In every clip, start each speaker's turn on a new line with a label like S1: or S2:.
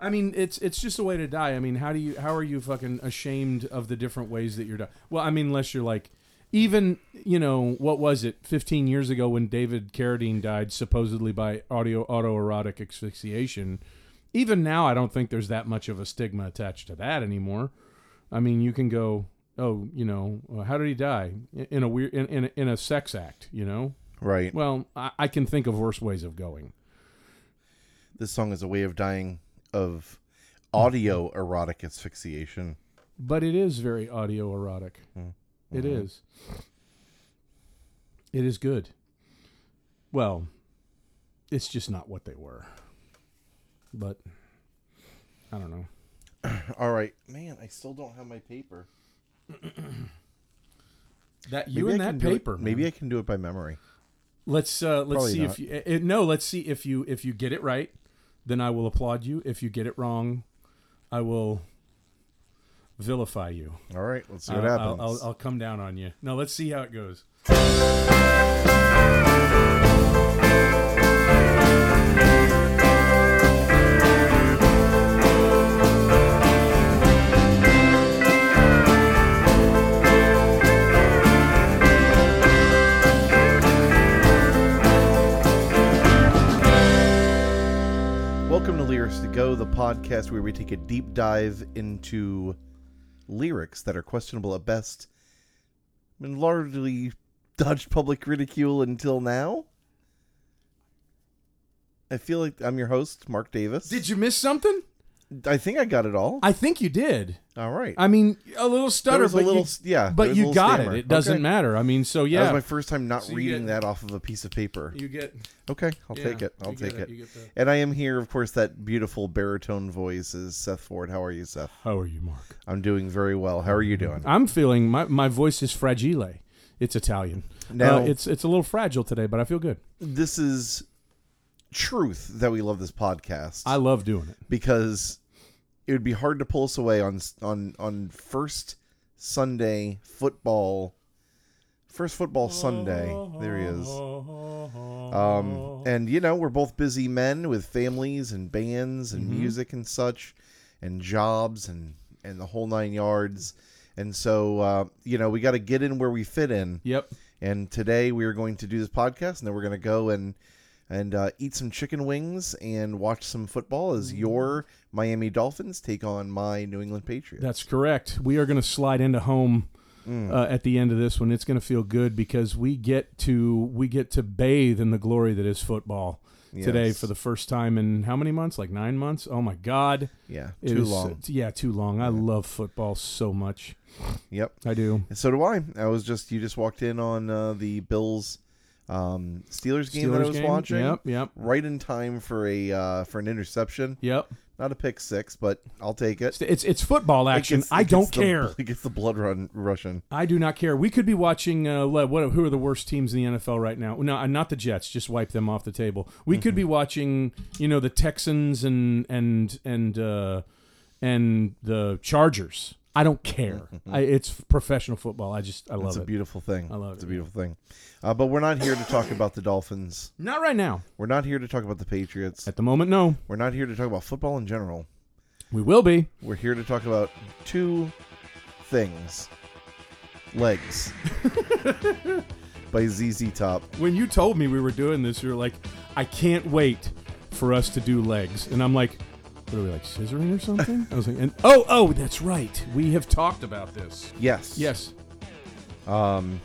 S1: I mean, it's it's just a way to die. I mean, how do you how are you fucking ashamed of the different ways that you're done? Well, I mean, unless you're like, even you know what was it 15 years ago when David Carradine died supposedly by audio autoerotic asphyxiation. Even now, I don't think there's that much of a stigma attached to that anymore. I mean, you can go, oh, you know, uh, how did he die In- in a weird in in, a- in a sex act, you know?
S2: Right.
S1: Well, I, I can think of worse ways of going.
S2: This song is a way of dying of audio erotic asphyxiation.
S1: but it is very audio erotic.
S2: Hmm.
S1: It
S2: Mm-hmm.
S1: is. It is good. Well, it's just not what they were. But I don't know.
S2: All right, man. I still don't have my paper.
S1: That you
S2: Maybe
S1: and
S2: I
S1: that
S2: can do it-
S1: paper.
S2: Maybe
S1: man.
S2: I can do it by memory.
S1: let's uh, let's
S2: Probably
S1: see
S2: not.
S1: if you, eh, eh, no. Let's see if you if you get it right, then I will applaud you. If you get it wrong, I will vilify you.
S2: All right, let's see
S1: I'll,
S2: what happens.
S1: I'll, I'll, I'll come down on you. No, let's see how it goes.
S2: Welcome to Lyrics to Go, the podcast where we take a deep dive into lyrics that are questionable at best and largely dodged public ridicule until now. I feel like I'm your host, Mark Davis.
S1: Did you miss something?
S2: I think I got it all.
S1: I think you did.
S2: all right.
S1: I mean, a little
S2: There
S1: stutter,
S2: was a
S1: but
S2: little,
S1: you,
S2: s- yeah. there
S1: but
S2: was a
S1: you
S2: little
S1: got
S2: stammer.
S1: it. It doesn't
S2: Okay.
S1: matter. I mean, so
S2: That was
S1: yeah,
S2: my first time not
S1: So you
S2: reading
S1: get-
S2: that off of a piece of paper.
S1: you get.
S2: Okay, I'll
S1: yeah,
S2: take it. I'll
S1: you get
S2: take it.
S1: You get that.
S2: And I am here, of course, that beautiful baritone voice is Seth Ford. How are you, Seth?
S1: How are you, Mark?
S2: I'm doing very well. How are you doing?
S1: I'm feeling my my voice is fragile. It's Italian.
S2: Now-
S1: Uh, it's it's a little fragile today, but I feel good.
S2: This is truth that we love this podcast
S1: I love doing it.
S2: because it would be hard to pull us away on on on first Sunday football, first football Sunday. There he is. Um, and you know we're both busy men with families and bands and
S1: Mm-hmm.
S2: music and such, and jobs and and the whole nine yards. And so uh, you know we got to get in where we fit in.
S1: Yep.
S2: And today we are going to do this podcast, and then we're going to go and and uh, eat some chicken wings and watch some football
S1: Mm.
S2: as your Miami Dolphins take on my New England Patriots.
S1: That's correct. We are going to slide into home
S2: Mm.
S1: uh, at the end of this one. It's going to feel good because we get to we get to bathe in the glory that is football today
S2: Yes.
S1: for the first time in how many months? Like nine months. Oh my God!
S2: yeah,
S1: It
S2: too
S1: is- uh,
S2: long.
S1: Yeah, too long. I love football so much.
S2: Yep.
S1: I do.
S2: And so do I. I was just you just walked in on uh, the Bills um, Steelers game that I
S1: Steelers
S2: was
S1: game?
S2: watching.
S1: Yep, yep,
S2: Right in time for a uh, for an interception.
S1: yep.
S2: Not a pick six, but I'll take it.
S1: It's it's football
S2: It
S1: action.
S2: gets-
S1: I
S2: it
S1: don't
S2: gets the-
S1: care.
S2: it gets the blood run rushing.
S1: I do not care. We could be watching. Uh, le- what? Who are the worst teams in the NFL right now? No, uh, not the Jets. Just wipe them off the table. We
S2: Mm-hmm.
S1: could be watching. You know the Texans and and and uh, and the Chargers. I don't care. I, it's professional football. I just I
S2: It's
S1: love
S2: a
S1: it.
S2: beautiful thing.
S1: I love
S2: it's
S1: it,
S2: a beautiful thing. Uh, but we're not here to talk about the Dolphins.
S1: not right now.
S2: We're not here to talk about the Patriots.
S1: At the moment, no.
S2: We're not here to talk about football in general.
S1: We will be.
S2: We're here to talk about two things. Legs by ZZ Top.
S1: when you told me we were doing this, you were like, I can't wait for us to do legs. And I'm like, what are we like scissoring or something? I was like, and oh, oh, that's right. We have talked about this.
S2: Yes.
S1: Yes.
S2: Um,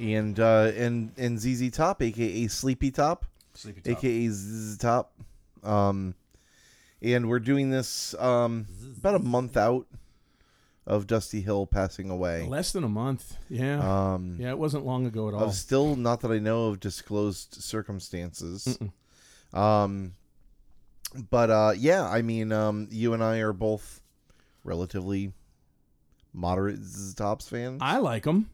S2: and uh, and and ZZ Top, aka Sleepy Top,
S1: Sleepy
S2: aka ZZ Top. Um, and we're doing this um about a month out of Dusty Hill passing away.
S1: Less than a month. Yeah.
S2: Um,
S1: yeah, it wasn't long ago at all.
S2: of still not that I know of disclosed circumstances. Um, but uh, yeah, I mean, um, you and I are both relatively moderate ZZ Tops fans.
S1: I like them.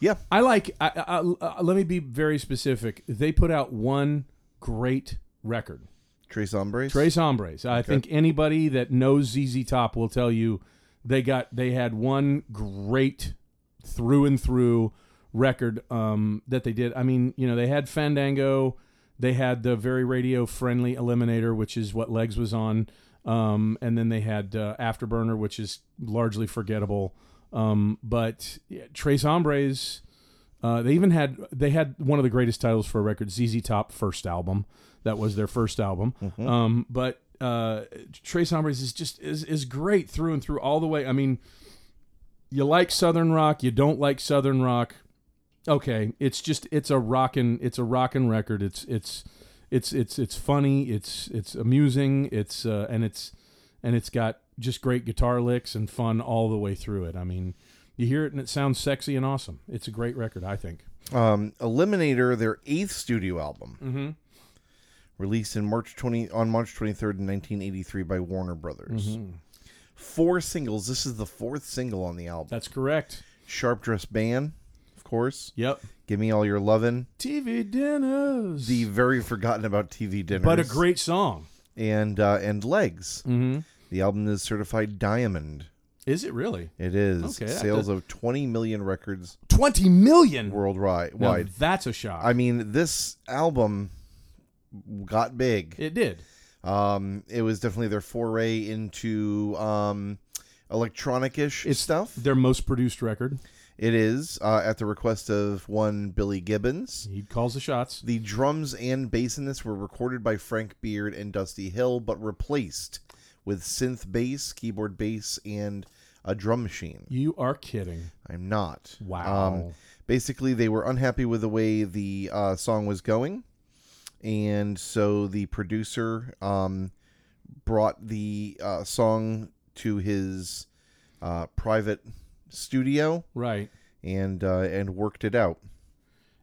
S2: yeah,
S1: I like. I, I, I, let me be very specific. They put out one great record.
S2: Trace Hombres.
S1: Trace Hombres. I think anybody that knows ZZ Top will tell you they got they had one great through and through record um, that they did. I mean, you know, they had Fandango, they had the very radio friendly Eliminator, which is what Legs was on. Um, and then they had uh, Afterburner, which is largely forgettable. Um, but yeah, Trace Hombres, uh, they even had they had one of the greatest titles for a record, ZZ Top first album. That was their first album. Um, but uh, Trace Hombres is just is is great through and through all the way. I mean, you like Southern rock, you don't like Southern rock. Okay, it's just it's a rockin' it's a rockin' record. It's it's it's it's it's funny. It's it's amusing. It's uh, and it's and it's got just great guitar licks and fun all the way through it. I mean, you hear it and it sounds sexy and awesome. It's a great record, I think.
S2: Um, Eliminator, their eighth studio album, mm-hmm. released in March twenty on March twenty third, nineteen eighty three, by Warner Brothers.
S1: Mm-hmm.
S2: Four singles. This is the fourth single on the album.
S1: That's correct.
S2: Sharp Dressed Band, of course.
S1: Yep.
S2: Give me all your lovin'.
S1: TV dinners.
S2: The very forgotten about TV dinners,
S1: but a great song.
S2: and uh, and legs. Mm-hmm. The album is certified diamond.
S1: Is it really
S2: It is
S1: Okay, that
S2: sales
S1: does-
S2: of twenty million records
S1: twenty million?
S2: worldwide.
S1: Now,
S2: Wide.
S1: that's a shock.
S2: I mean, this album got big.
S1: it did.
S2: Um, it was definitely their foray into um, electronic-ish
S1: It's-
S2: stuff.
S1: Their most produced record.
S2: It is uh, at the request of one Billy Gibbons.
S1: He calls the shots.
S2: The drums and bass in this were recorded by Frank Beard and Dusty Hill, but replaced with synth bass, keyboard bass, and a drum machine.
S1: You are kidding.
S2: I'm not. Um,
S1: Wow.
S2: basically, they were unhappy with the way the uh, song was going, and so the producer um, brought the uh, song to his uh, private studio
S1: Right.
S2: and uh, and worked it out.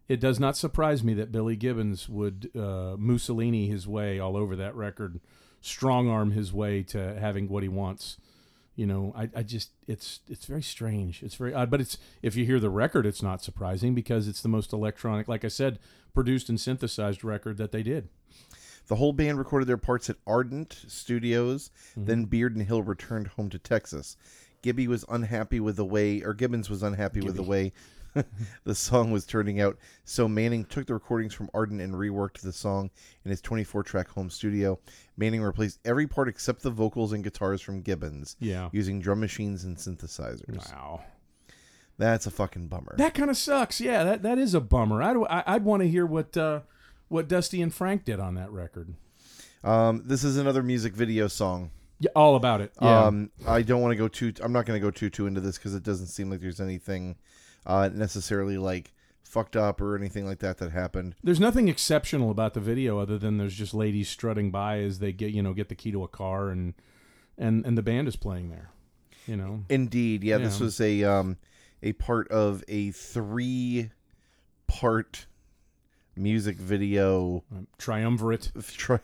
S1: It does not surprise me that Billy Gibbons would uh, Mussolini his way all over that record, strong arm his way to having what he wants. You know, I, I just it's it's very strange. It's very odd, but it's if you hear the record, it's not surprising because it's the most electronic, like I said, produced and synthesized record that they did.
S2: The whole band recorded their parts at Ardent Studios. Then Beard and Hill returned home to Texas. Gibby was unhappy with the way, or Gibbons was unhappy with the way the song was turning out. So Manning took the recordings from Arden and reworked the song in his 24-track home studio. Manning replaced every part except the vocals and guitars from Gibbons,
S1: Yeah.
S2: using drum machines and synthesizers.
S1: Wow.
S2: That's a fucking bummer.
S1: That kind of sucks. Yeah, that, that is a bummer. I'd, I- I'd want to hear what uh, what Dusty and Frank did on that record.
S2: Um, this is another music video song.
S1: Yeah, all about it. Yeah.
S2: Um, I don't want to go too. I'm not going to go too too into this because it doesn't seem like there's anything uh, necessarily like fucked up or anything like that that happened.
S1: There's nothing exceptional about the video other than there's just ladies strutting by as they get you know get the key to a car and and and the band is playing there. You know,
S2: Indeed, yeah, this
S1: Yeah.
S2: was a um, a part of a three part music video
S1: Uh, triumvirate
S2: tri-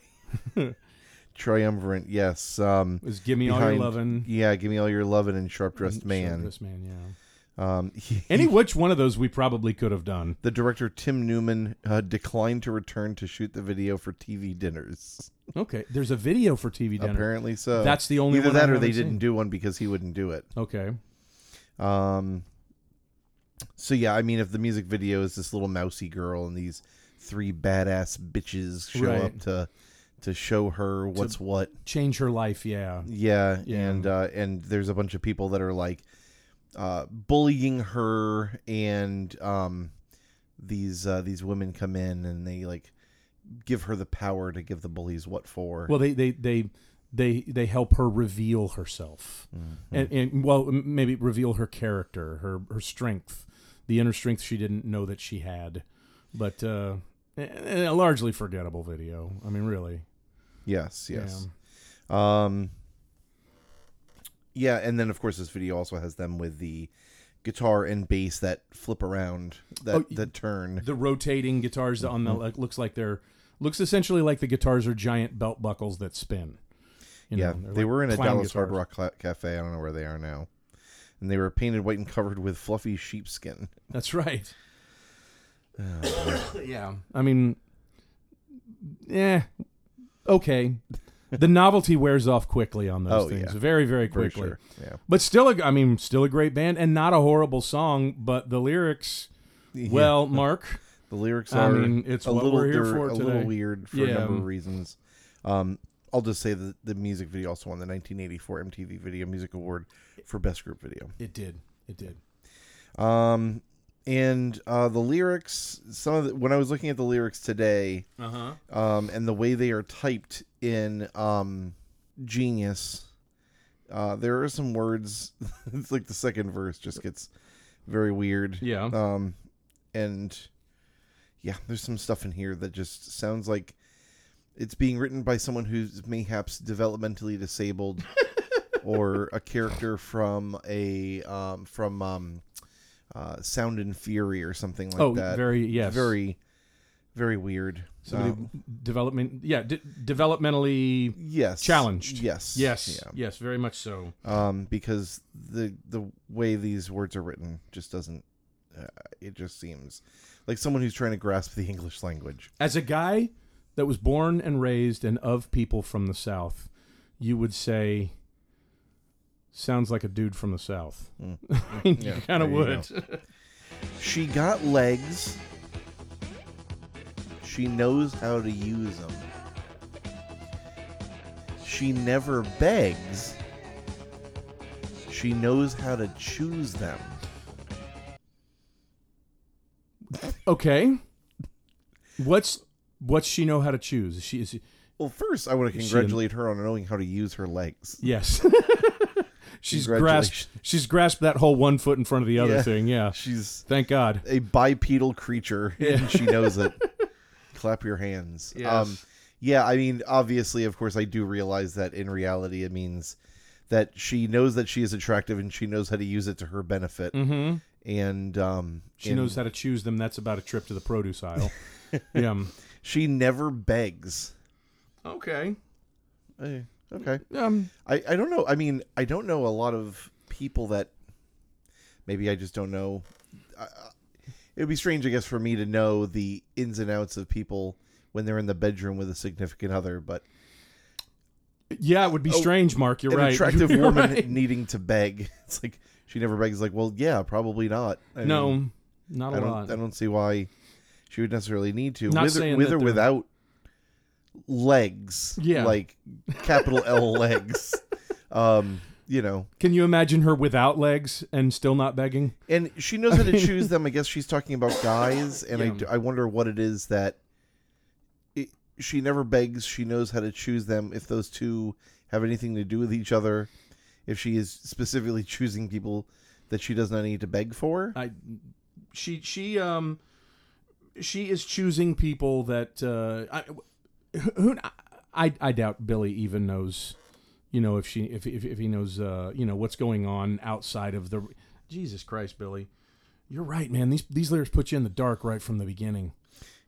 S2: triumvirate. Yes, um,
S1: is give me all
S2: behind-
S1: your lovin'.
S2: Yeah, give me all your lovin' and sharp dressed man.
S1: This man, yeah.
S2: Um, he-
S1: Any which one of those we probably could have done.
S2: the director Tim Newman uh, declined to return to shoot the video for TV dinners.
S1: Okay, there's a video for TV dinner.
S2: Apparently so.
S1: That's the only
S2: either
S1: one I
S2: that or they
S1: haven't
S2: didn't
S1: seen.
S2: do one because he wouldn't do it.
S1: Okay,
S2: Um. So yeah, I mean, if the music video is this little mousy girl and these three badass bitches show
S1: Right.
S2: up to to show her what's what,
S1: change her life. Yeah,
S2: yeah,
S1: Yeah.
S2: and uh, and there's a bunch of people that are like uh, bullying her, and um, these uh, these women come in and they like give her the power to give the bullies what for.
S1: Well, they they they they they help her reveal herself,
S2: Mm-hmm.
S1: and, and well, m- maybe reveal her character, her her strength, the inner strength she didn't know that she had. But uh, a- a largely forgettable video. I mean, really.
S2: yes, yes.
S1: Yeah.
S2: Um, yeah, and then of course this video also has them with the guitar and bass that flip around, that
S1: Oh, y-
S2: that turn.
S1: The rotating guitars on
S2: Mm-hmm.
S1: the like, looks like they're looks essentially like the guitars are giant belt buckles that spin. You
S2: yeah,
S1: know, they're
S2: they
S1: like
S2: were in a
S1: clown
S2: Dallas
S1: guitars.
S2: Hard Rock cla- cafe. I don't know where they are now, and they were painted white and covered with fluffy sheepskin.
S1: That's right. yeah. I mean, yeah. Okay. The novelty wears off quickly on those
S2: Oh,
S1: things.
S2: yeah.
S1: Very, very
S2: For
S1: quickly.
S2: sure. Yeah.
S1: But still, a, I mean, still a great band and not a horrible song, but the lyrics, well, Mark,
S2: The lyrics
S1: I
S2: are
S1: mean, it's
S2: a
S1: what
S2: little
S1: we're here
S2: they're
S1: for
S2: a
S1: today.
S2: little weird for a
S1: Yeah.
S2: number of reasons. Um, I'll just say that the music video also won the 1984 MTV Video Music Award for Best Group Video.
S1: It did. It did.
S2: Um, and uh, the lyrics, some of the, when I was looking at the lyrics today,
S1: Uh huh.
S2: um, and the way they are typed in um, Genius, uh, there are some words. it's like the second verse just gets very weird.
S1: Yeah.
S2: Um, and yeah, there's some stuff in here that just sounds like it's being written by someone who's mayhaps developmentally disabled, or a character from a um, from um, uh, Sound and Fury or something like
S1: oh,
S2: that.
S1: very yes.
S2: very, very weird.
S1: Somebody
S2: Um,
S1: development. Yeah, d- developmentally
S2: yes,
S1: challenged.
S2: Yes,
S1: Yes.
S2: yeah.
S1: Yes, very much so.
S2: Um, because the the way these words are written just doesn't. Uh, it just seems like someone who's trying to grasp the English language.
S1: As a guy that was born and raised and of people from the South, you would say, sounds like a dude from the South. you
S2: Mm. Yeah,
S1: kind of
S2: there you
S1: would.
S2: She got legs. She knows how to use them. She never begs. She knows how to choose them.
S1: okay. What's what's she know how to choose? Is she is she-
S2: Well, first, I want to
S1: Is she
S2: congratulate her on knowing how to use her legs.
S1: yes. she's grasped
S2: Congratulations.
S1: she's grasped that whole one foot in front of the other
S2: Yeah.
S1: thing. Yeah.
S2: She's
S1: Thank God.
S2: a bipedal creature, and she knows it. Clap your hands. Um,
S1: Yes.
S2: yeah, I mean, obviously, of course, I do realize that in reality, it means that she knows that she is attractive and she knows how to use it to her benefit.
S1: Mm-hmm.
S2: And um,
S1: She
S2: and
S1: knows how to choose them. That's about a trip to the produce aisle. yeah.
S2: she never begs.
S1: Okay.
S2: Eh, okay,
S1: Um.
S2: I I don't know. I mean, I don't know a lot of people that. Maybe I just don't know. I, I- it would be strange, I guess, for me to know the ins and outs of people when they're in the bedroom with a significant other, but
S1: Yeah, it would be
S2: Oh,
S1: strange, Mark. You're
S2: an
S1: right.
S2: attractive
S1: You're
S2: woman
S1: right.
S2: needing to beg. It's like she never begs. Like, well, yeah, probably not. I mean,
S1: No, not a
S2: I don't.
S1: lot.
S2: I don't see why she would necessarily need to.
S1: Not
S2: with or,
S1: saying
S2: with
S1: that
S2: or
S1: they're-
S2: without legs.
S1: Yeah.
S2: like capital L legs. Um, you know,
S1: Can you imagine her without legs and still not begging?
S2: and she knows how to choose them. I guess she's talking about guys, and I
S1: Yeah.
S2: d I I, wonder what it is that it, she never begs. She knows how to choose them. If those two have anything to do with each other, if she is specifically choosing people that she does not need to beg for.
S1: I, she, she, um, she is choosing people that uh, I, who I, I doubt Billy even knows. You know, if she, if if, if he knows, uh, you know, what's going on outside of the. Jesus Christ, Billy, you're right, man. These these lyrics put you in the dark right from the beginning.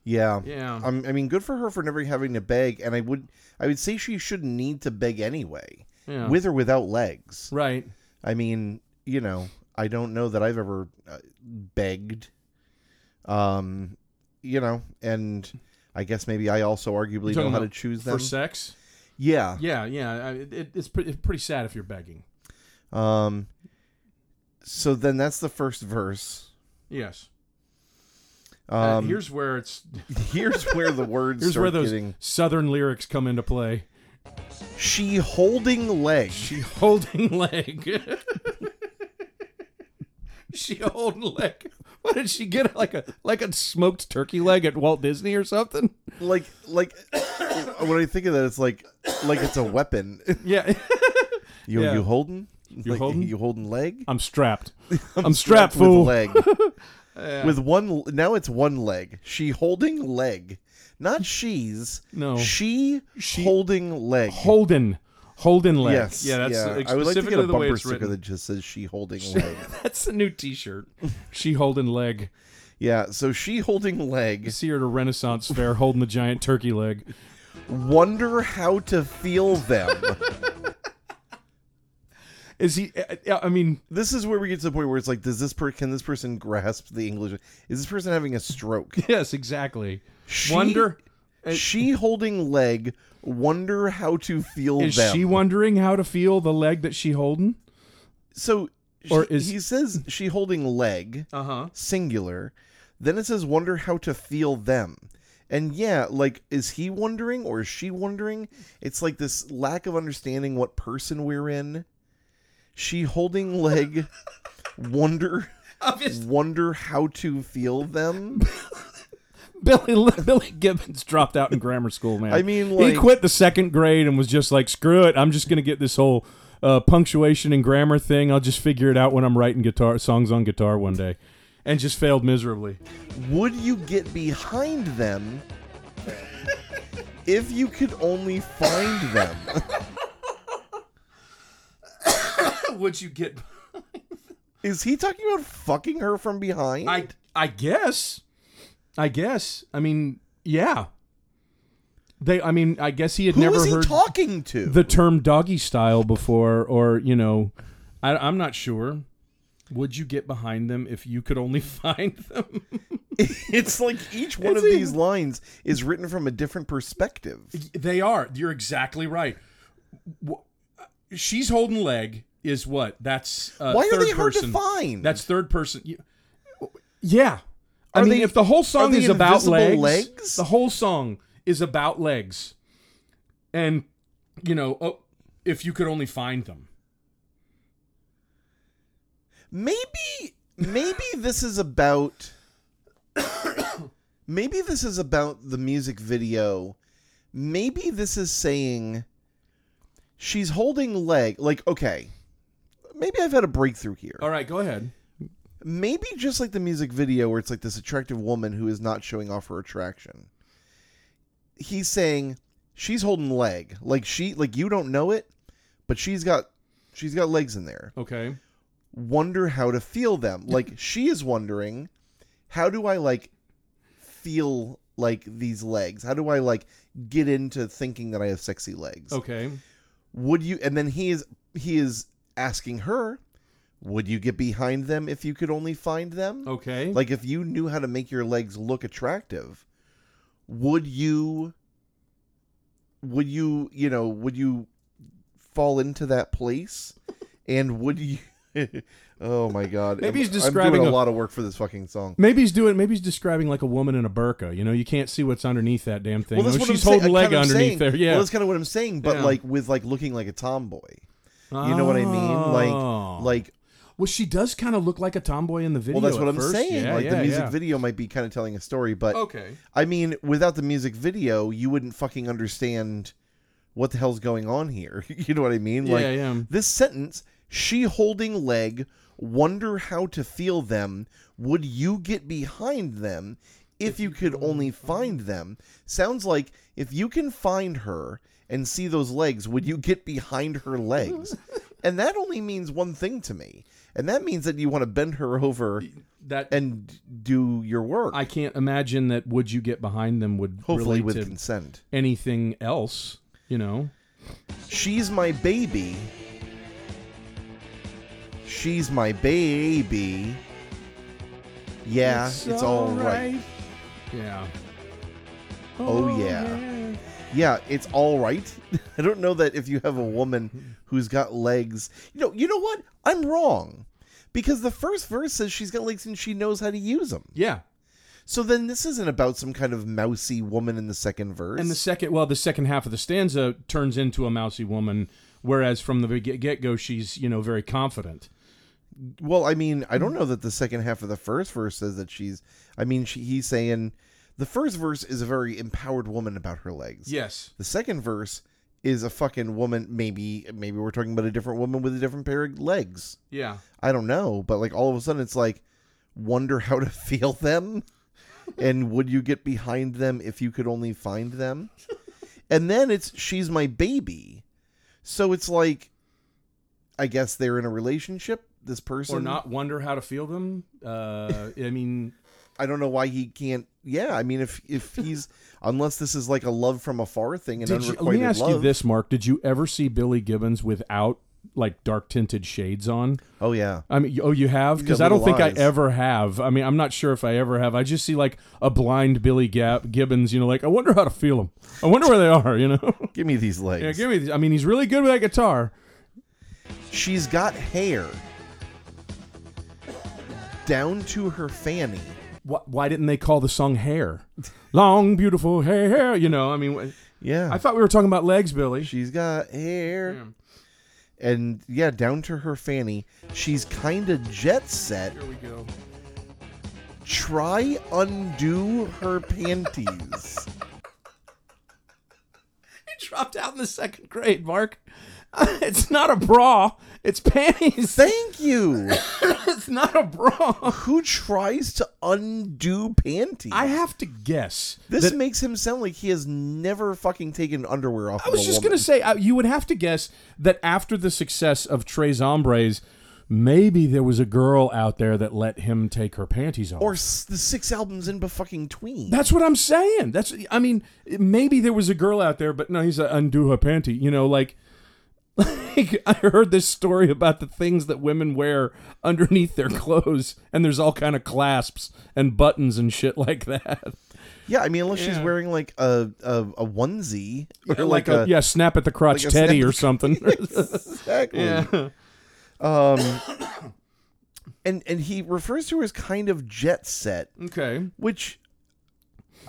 S2: Yeah.
S1: Yeah.
S2: Um, I mean, good for her for never having to beg, and I would, I would say she shouldn't need to beg anyway,
S1: Yeah.
S2: with or without legs.
S1: right.
S2: I mean, you know, I don't know that I've ever uh, begged. Um, you know, and I guess maybe I also arguably
S1: You're
S2: know
S1: talking
S2: how to
S1: about
S2: choose
S1: For
S2: them.
S1: sex.
S2: yeah.
S1: Yeah, yeah. I- It, it's, pre- it's pretty sad if you're begging.
S2: Um. So then that's the first verse.
S1: Yes. Uh,
S2: Um,
S1: here's where it's
S2: here's, where the words
S1: here's
S2: start
S1: where those
S2: getting.
S1: southern lyrics come into play.
S2: She holding legs.
S1: She holding leg. she holding leg. What did she get? Like a like a smoked turkey leg at Walt Disney or something?
S2: like like when I think of that, it's like like it's a weapon.
S1: Yeah.
S2: You
S1: Yeah.
S2: you holding? You
S1: holding?
S2: You holding leg?
S1: I'm strapped. I'm, strapped, fool.
S2: With leg. With one now it's one leg. She holding leg. Not she's.
S1: No.
S2: She, holding leg.
S1: Holden. Holden leg.
S2: yes.
S1: Yeah, that's
S2: yeah.
S1: specifically
S2: I would like to get a
S1: the way
S2: bumper
S1: it's
S2: sticker
S1: written.
S2: that just says she holding leg.
S1: That's a new T-shirt. She holding leg.
S2: yeah, so she holding
S1: You
S2: leg.
S1: see her at a Renaissance fair holding the giant turkey leg.
S2: Wonder how to feel them.
S1: Is he? uh, I I mean,
S2: this is where we get to the point where it's like, does this per can this person grasp the English? Is this person having a stroke?
S1: yes, exactly.
S2: She-
S1: Wonder Uh,
S2: she holding leg wonder how to feel
S1: is
S2: them
S1: she wondering how to feel the leg that she holding?
S2: so
S1: or
S2: or
S1: is-
S2: he says she holding leg
S1: Uh huh.
S2: singular then it says wonder how to feel them And yeah, like, is he wondering or is she wondering? It's like this lack of understanding what person we're in. She holding leg, wonder,
S3: Obviously,
S2: wonder how to feel them.
S1: Billy Billy Gibbons dropped out in grammar school, man.
S2: I mean,
S1: he
S2: like-
S1: quit the second grade and was just like, "Screw it! I'm just gonna get this whole uh, punctuation and grammar thing. I'll just figure it out when I'm writing guitar songs on guitar one day," and just failed miserably.
S2: Would you get behind them if you could only find them?
S3: would you get?
S2: Is he talking about fucking her from behind?
S1: I I guess, I guess. I mean, yeah. They, I mean, I guess he had
S2: Who
S1: never
S2: is he
S1: heard
S2: talking to?
S1: the term doggy style before, or you know, I, I'm not sure. Would you get behind them if you could only find them?
S2: it's like each one
S1: It's
S2: of
S1: a-
S2: these lines is written from a different perspective.
S1: They are. You're exactly right. W- uh, She's holding leg is what? That's uh,
S2: Why are
S1: third
S2: they hard
S1: person.
S2: to find?
S1: That's third person. You- Yeah. I
S2: Are
S1: mean,
S2: they-
S1: if the whole song
S2: they
S1: is about
S2: invisible
S1: legs,
S2: legs?
S1: the whole song is about legs, and you know, oh, if you could only find them.
S2: maybe maybe this is about maybe this is about the music video. Maybe this is saying she's holding leg like okay. Maybe I've had a breakthrough here.
S1: All right, go ahead.
S2: maybe just like the music video where it's like this attractive woman who is not showing off her attraction he's saying she's holding leg like she like you don't know it but she's got she's got legs in there
S1: Okay.
S2: wonder how to feel them like she is wondering how do i like feel like these legs how do i like get into thinking that i have sexy legs
S1: Okay.
S2: would you and then he is he is asking her would you get behind them if you could only find them
S1: Okay.
S2: like if you knew how to make your legs look attractive, would you would you, you know, would you fall into that place? And would you Oh my god.
S1: Maybe
S2: I'm-
S1: he's describing
S2: I'm doing a,
S1: a-
S2: lot of work for this fucking song.
S1: Maybe he's doing. Maybe he's describing like a woman in a burqa. You know, you can't see what's underneath that damn thing. oh, she's
S2: saying-
S1: holding leg
S2: kind of
S1: underneath
S2: saying.
S1: there. Yeah.
S2: Well, that's kind of what I'm saying, but
S1: Yeah.
S2: like with like looking like a tomboy. You know what I mean? Like like
S1: Oh. well, she does kind of look like a tomboy in the video.
S2: well that's what
S1: at
S2: I'm
S1: first.
S2: saying.
S1: Yeah,
S2: like
S1: yeah,
S2: the music
S1: yeah.
S2: video might be kind of telling a story, but
S1: Okay.
S2: I mean, without the music video, you wouldn't fucking understand what the hell's going on here. You know what I mean?
S1: Yeah,
S2: like
S1: yeah.
S2: this sentence, she holding leg, wonder how to feel them, would you get behind them if you could only find them? Sounds like if you can find her and see those legs, would you get behind her legs? and that only means one thing to me. And that means that you want to bend her over
S1: That
S2: and do your work.
S1: I can't imagine that would you get behind them would
S2: hopefully
S1: relate
S2: with
S1: to
S2: consent.
S1: anything else, you know.
S2: She's my baby. She's my baby. Yeah, it's, all right.
S1: Yeah.
S2: Oh, yeah. Yeah, it's all right. I don't know that if you have a woman who's got legs. You know, you know what? I'm wrong. Because the first verse says she's got legs and she knows how to use them.
S1: Yeah.
S2: So then this isn't about some kind of mousy woman in the second verse.
S1: And the second well, the second half of the stanza turns into a mousy woman whereas from the get go she's, you know, very confident.
S2: Well, I mean, I
S1: Mm.
S2: don't know that the second half of the first verse says that she's. I mean, she, he's saying the first verse is a very empowered woman about her legs.
S1: Yes.
S2: The second verse is a fucking woman. Maybe, maybe we're talking about a different woman with a different pair of legs.
S1: Yeah.
S2: I don't know, but like all of a sudden, it's like wonder how to feel them, and would you get behind them if you could only find them? And then it's she's my baby, so it's like, I guess they're in a relationship. This person
S1: Or not wonder how to feel them. Uh I mean
S2: I don't know why he can't. Yeah, I mean, if if he's unless this is like a love from afar thing and
S1: did you,
S2: unrequited
S1: let me ask
S2: love.
S1: you this, Mark. Did you ever see Billy Gibbons without like dark tinted shades on?
S2: Oh yeah,
S1: I mean, oh, you have
S2: got
S1: because I don't
S2: little
S1: think
S2: eyes.
S1: I ever have. I mean, I'm not sure if I ever have. I just see like a blind Billy Gap Gibbons, you know, like I wonder how to feel them. I wonder where they are, you know.
S2: give me these legs.
S1: yeah, give me. These. I mean, he's really good with that guitar.
S2: She's got hair down to her fanny.
S1: Why, why didn't they call the song "Hair"? Long, beautiful hair. You know, I mean,
S2: Yeah.
S1: I thought we were talking about legs, Billy.
S2: She's got hair. And yeah, down to her fanny. She's kind of jet set.
S1: Here we go.
S2: Try undo her panties.
S1: You dropped out in the second grade, Mark. It's not a bra. It's panties.
S2: Thank you.
S1: It's not a bra.
S2: Who tries to undo panties?
S1: I have to guess.
S2: this
S1: that-
S2: makes him sound like he has never fucking taken underwear off.
S1: I was just going to say, uh, you would have to guess that after the success of Tres Hombres, maybe there was a girl out there that let him take her panties off.
S2: Or s- the six albums in between. tween.
S1: That's what I'm saying. That's I mean, maybe there was a girl out there, but no, he's a undo her panty. You know, like, like I heard this story about the things that women wear underneath their clothes, and there's all kind of clasps and buttons and shit like that.
S2: Yeah, I mean, unless she's
S1: Yeah.
S2: wearing like a a, a onesie or like, a,
S1: yeah, snap at the crotch
S2: like a
S1: teddy
S2: snap-
S1: or something.
S2: exactly. Um,
S1: yeah.
S2: And and he refers to her as kind of jet set,
S1: Okay.
S2: which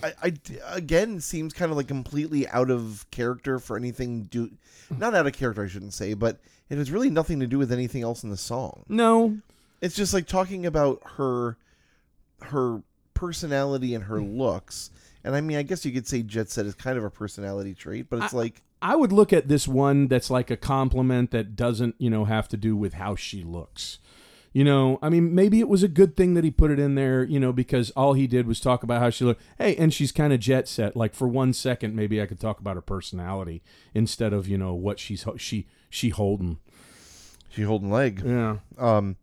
S2: I, I d- again seems kind of like completely out of character for anything. Do not out of character, I shouldn't say, but it has really nothing to do with anything else in the song.
S1: No.
S2: It's just like talking about her her personality and her
S1: Mm.
S2: looks. And I mean, I guess you could say jet set is kind of a personality trait, but it's like
S1: I would look at this one that's like a compliment that doesn't, you know, have to do with how she looks. You know, I mean, maybe it was a good thing that he put it in there, you know, because all he did was talk about how she looked. Hey, and she's kind of jet set. Like for one second, maybe I could talk about her personality instead of you know what she's ho- she she holding.
S2: she holding leg.
S1: Yeah.
S2: Um,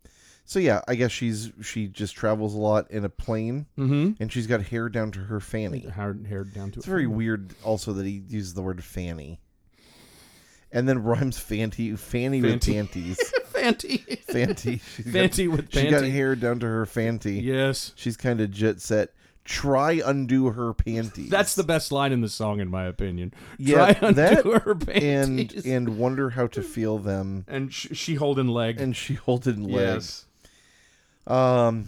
S2: so yeah, I guess she's she just travels a lot in a plane,
S1: Mm-hmm.
S2: and she's got hair down to her fanny.
S1: Hair, hair down to
S2: It's very weird, also that he uses the word fanny, and then rhymes fanty fanny with
S1: Fanty.
S2: panties.
S1: fanty.
S2: fanty, she's got-
S1: Fanty with
S2: She got
S1: panty.
S2: hair down to her fanty.
S1: yes.
S2: She's kind of jet set. Try undo her panties.
S1: That's the best line in the song, in my opinion.
S2: Yeah,
S1: Try undo
S2: that
S1: her
S2: and
S1: panties.
S2: and wonder how to feel them.
S1: and sh- she holding leg.
S2: And she holding legs.
S1: yes.
S2: Um,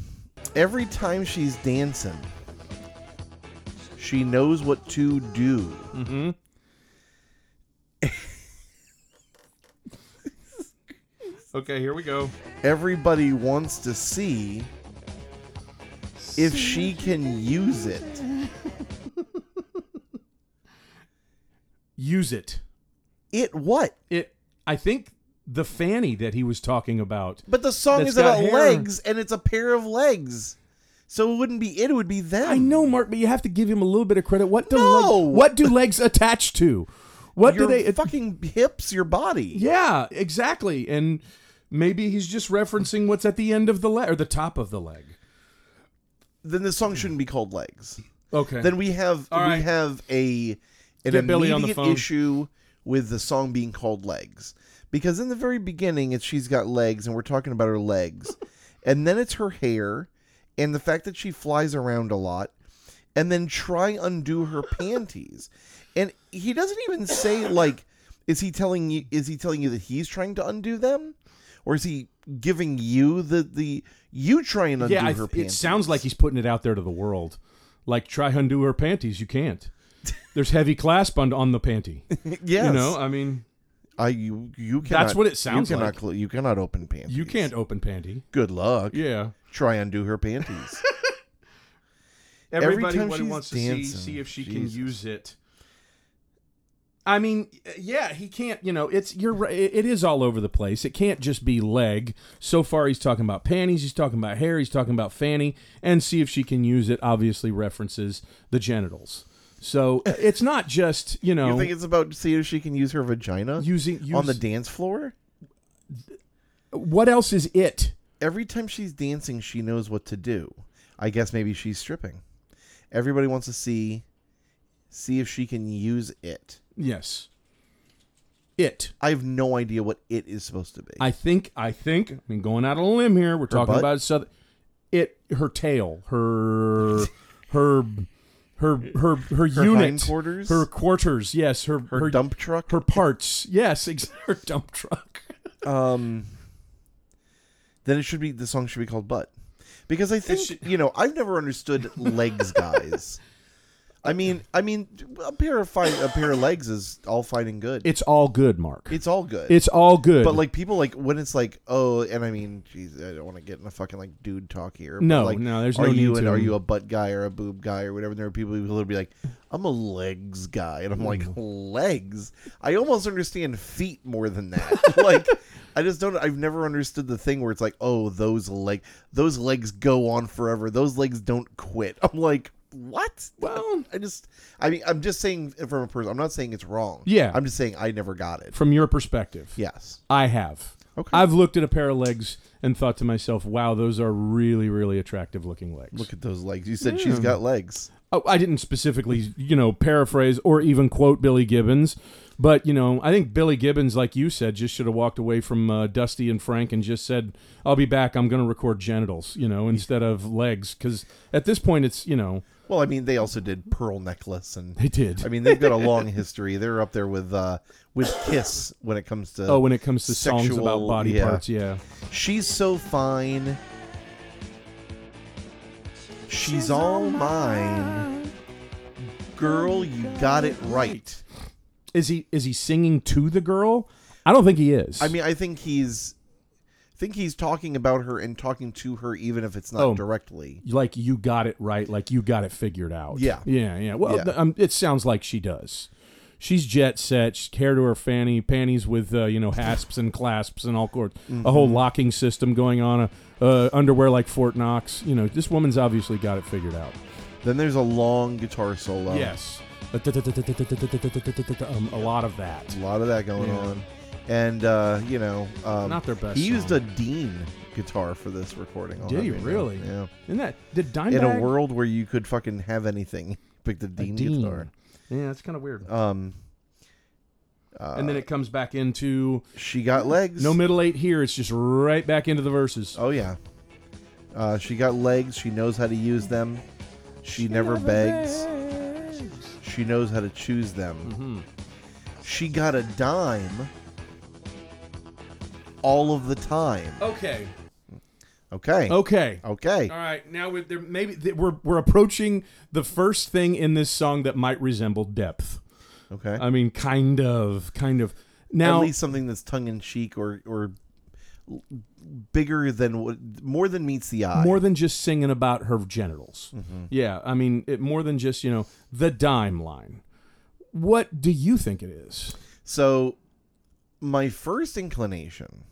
S2: every time she's dancing, she knows what to do.
S1: Mm-hmm. okay, here we go.
S2: Everybody wants to see if she can use it.
S1: Use it.
S2: It what?
S1: It. I think the fanny that he was talking about.
S2: But the song
S1: That's
S2: is about
S1: got hair.
S2: legs, and it's a pair of legs. So it wouldn't be it; it would be them.
S1: I know, Mark, but you have to give him a little bit of credit. What do
S2: No!
S1: leg, what do legs attach to? What
S2: Your
S1: do they?
S2: fucking hips, your body.
S1: yeah, exactly. And maybe he's just referencing what's at the end of the leg or the top of the leg.
S2: Then the song shouldn't be called legs.
S1: Okay.
S2: Then we have
S1: All
S2: we
S1: right.
S2: have a an
S1: Get Billy
S2: immediate
S1: on the phone.
S2: issue with the song being called legs because in the very beginning it's she's got legs and we're talking about her legs, and then it's her hair and the fact that she flies around a lot, and then try undo her panties, and he doesn't even say like is he telling you is he telling you that he's trying to undo them, or is he giving you the the you try and undo
S1: yeah, I,
S2: her
S1: it
S2: panties?
S1: sounds like he's putting it out there to the world. Like try undo her panties. You can't. There's heavy clasp on on the panty.
S2: yes.
S1: You know, I mean,
S2: I you you cannot.
S1: That's what it sounds
S2: you cannot,
S1: like.
S2: cl- You cannot open panties.
S1: you can't open panty.
S2: Good luck.
S1: Yeah.
S2: Try undo her panties. Every
S1: Everybody
S2: time
S1: what
S2: she's
S1: wants to see
S2: dancing,
S1: see if she
S2: Jesus.
S1: can use it. I mean, yeah, he can't. You know, it's you're right. It it is all over the place. It can't just be leg. So far, he's talking about panties. He's talking about hair. He's talking about fanny, and see if she can use it. Obviously, references the genitals. So it's not just you know
S2: you think it's about to see if she can use her vagina
S1: using use,
S2: on the dance floor?
S1: what else is it?
S2: Every time she's dancing, she knows what to do. I guess maybe she's stripping. Everybody wants to see see if she can use it.
S1: Yes, it.
S2: I have no idea what it is supposed to be.
S1: I think I think I mean going out on a limb here. We're talking
S2: butt?
S1: about southern it her tail, her her her her her unit,
S2: hindquarters?
S1: her quarters. Yes, her her
S2: her dump truck.
S1: her parts. Yes, ex- her dump truck.
S2: um. Then it should be the song should be called "Butt." because I think
S3: should-
S2: you know I've never understood legs guys. I mean, I mean, a pair of fi- a pair of legs is all fine and good.
S1: It's all good, Mark.
S2: it's all good.
S1: It's all good.
S2: but like people like when it's like oh, and I mean, geez, I don't want to get in a fucking like dude talk here. but,
S1: No,
S2: like,
S1: no, there's
S2: are
S1: no need
S2: you and
S1: to.
S2: are you a butt guy or a boob guy or whatever? There are people who will be like, I'm a legs guy,
S1: Mm.
S2: and I'm like legs. I almost understand feet more than that. like. I just don't. I've never understood the thing where it's like, oh, those leg, those legs go on forever. Those legs don't quit. I'm like, what?
S1: Well-
S2: I just, I mean, I'm just saying from a person. I'm not saying it's wrong.
S1: Yeah.
S2: I'm just saying I never got it.
S1: from your perspective,
S2: Yes.
S1: I have.
S2: Okay.
S1: I've looked at a pair of legs and thought to myself, "Wow, those are really, really attractive looking legs."
S2: Look at those legs. You said she's got legs.
S1: Oh, I didn't specifically, you know, paraphrase or even quote Billy Gibbons, but you know, I think Billy Gibbons, like you said, just should have walked away from uh, Dusty and Frank and just said, "I'll be back. I'm going to record genitals," you know, instead of legs, because at this point, it's you know,
S2: Well, I mean, they also did Pearl Necklace, and
S1: they did.
S2: I mean, they've got a long history. They're up there with uh, with Kiss when it comes to.
S1: oh, when it comes to songs
S2: sexual-
S1: about body
S2: yeah.
S1: parts, yeah.
S2: she's so fine. She's all mine, girl. You got it right.
S1: Is he is he singing to the girl? I don't think he is.
S2: I mean, I think he's, I think he's talking about her and talking to her, even if it's not
S1: Oh.
S2: directly.
S1: like you got it right, like you got it figured out.
S2: Yeah.
S1: yeah, yeah. Well,
S2: Yeah.
S1: th- um, it sounds like she does. She's jet set. She's hair to her fanny, panties with uh, you know hasps and clasps and all sorts. A
S2: Mm-hmm.
S1: whole locking system going on. A uh, underwear like Fort Knox. You know, this woman's obviously got it figured out.
S2: Then there's a long guitar solo.
S1: Yes, a da- da- da- da- da- da- da- da- da- da- da- da- um, a lot of that.
S2: A lot of that going
S1: Yeah.
S2: on. And uh, you know, um,
S1: Not their best
S2: He used
S1: song.
S2: a Dean guitar for this recording. I'll
S1: Did
S2: have
S1: he
S2: you know.
S1: really?
S2: Yeah.
S1: Isn't that did Dimebag?
S2: In a world where you could fucking have anything, pick the
S1: A
S2: Dean,
S1: Dean.
S2: guitar.
S1: Yeah, it's kind of weird.
S2: Um. Uh,
S1: and then it comes back into
S2: she got legs.
S1: no middle eight here. It's just right back into the verses.
S2: Oh yeah. Uh, she got legs. She knows how to use them. She, never, begs. She knows how to choose them.
S1: Mm-hmm.
S2: She got a dime. All of the time.
S1: Okay.
S2: Okay.
S1: Okay.
S2: Okay.
S1: Oh. All right. Now we're there, maybe th- we're we're approaching the first thing in this song that might resemble depth.
S2: Okay.
S1: I mean, kind of, kind of. Now,
S2: at least something that's tongue in cheek or or l- bigger than what more than meets the eye.
S1: more than just singing about her genitals.
S2: Mm-hmm.
S1: Yeah. I mean, it, more than just you know the dime line. What do you think it is?
S2: So my first inclination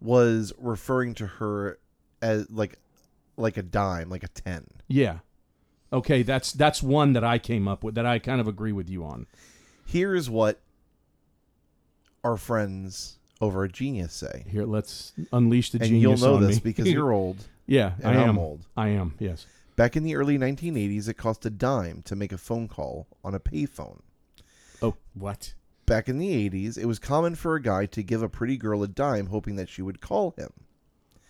S2: was referring to her as like like a dime, like a 10.
S1: Yeah. Okay, that's that's one that I came up with that I kind of agree with you on.
S2: Here's what our friends over at Genius say.
S1: Here, let's unleash the
S2: And you'll
S1: genius
S2: know
S1: on
S2: this
S1: me.
S2: because you're old
S1: yeah, I
S2: and
S1: am.
S2: I'm old.
S1: I am. Yes.
S2: Back in the early 1980s, it cost a dime to make a phone call on a payphone.
S1: Oh, what?
S2: Back in the 80s, it was common for a guy to give a pretty girl a dime hoping that she would call him.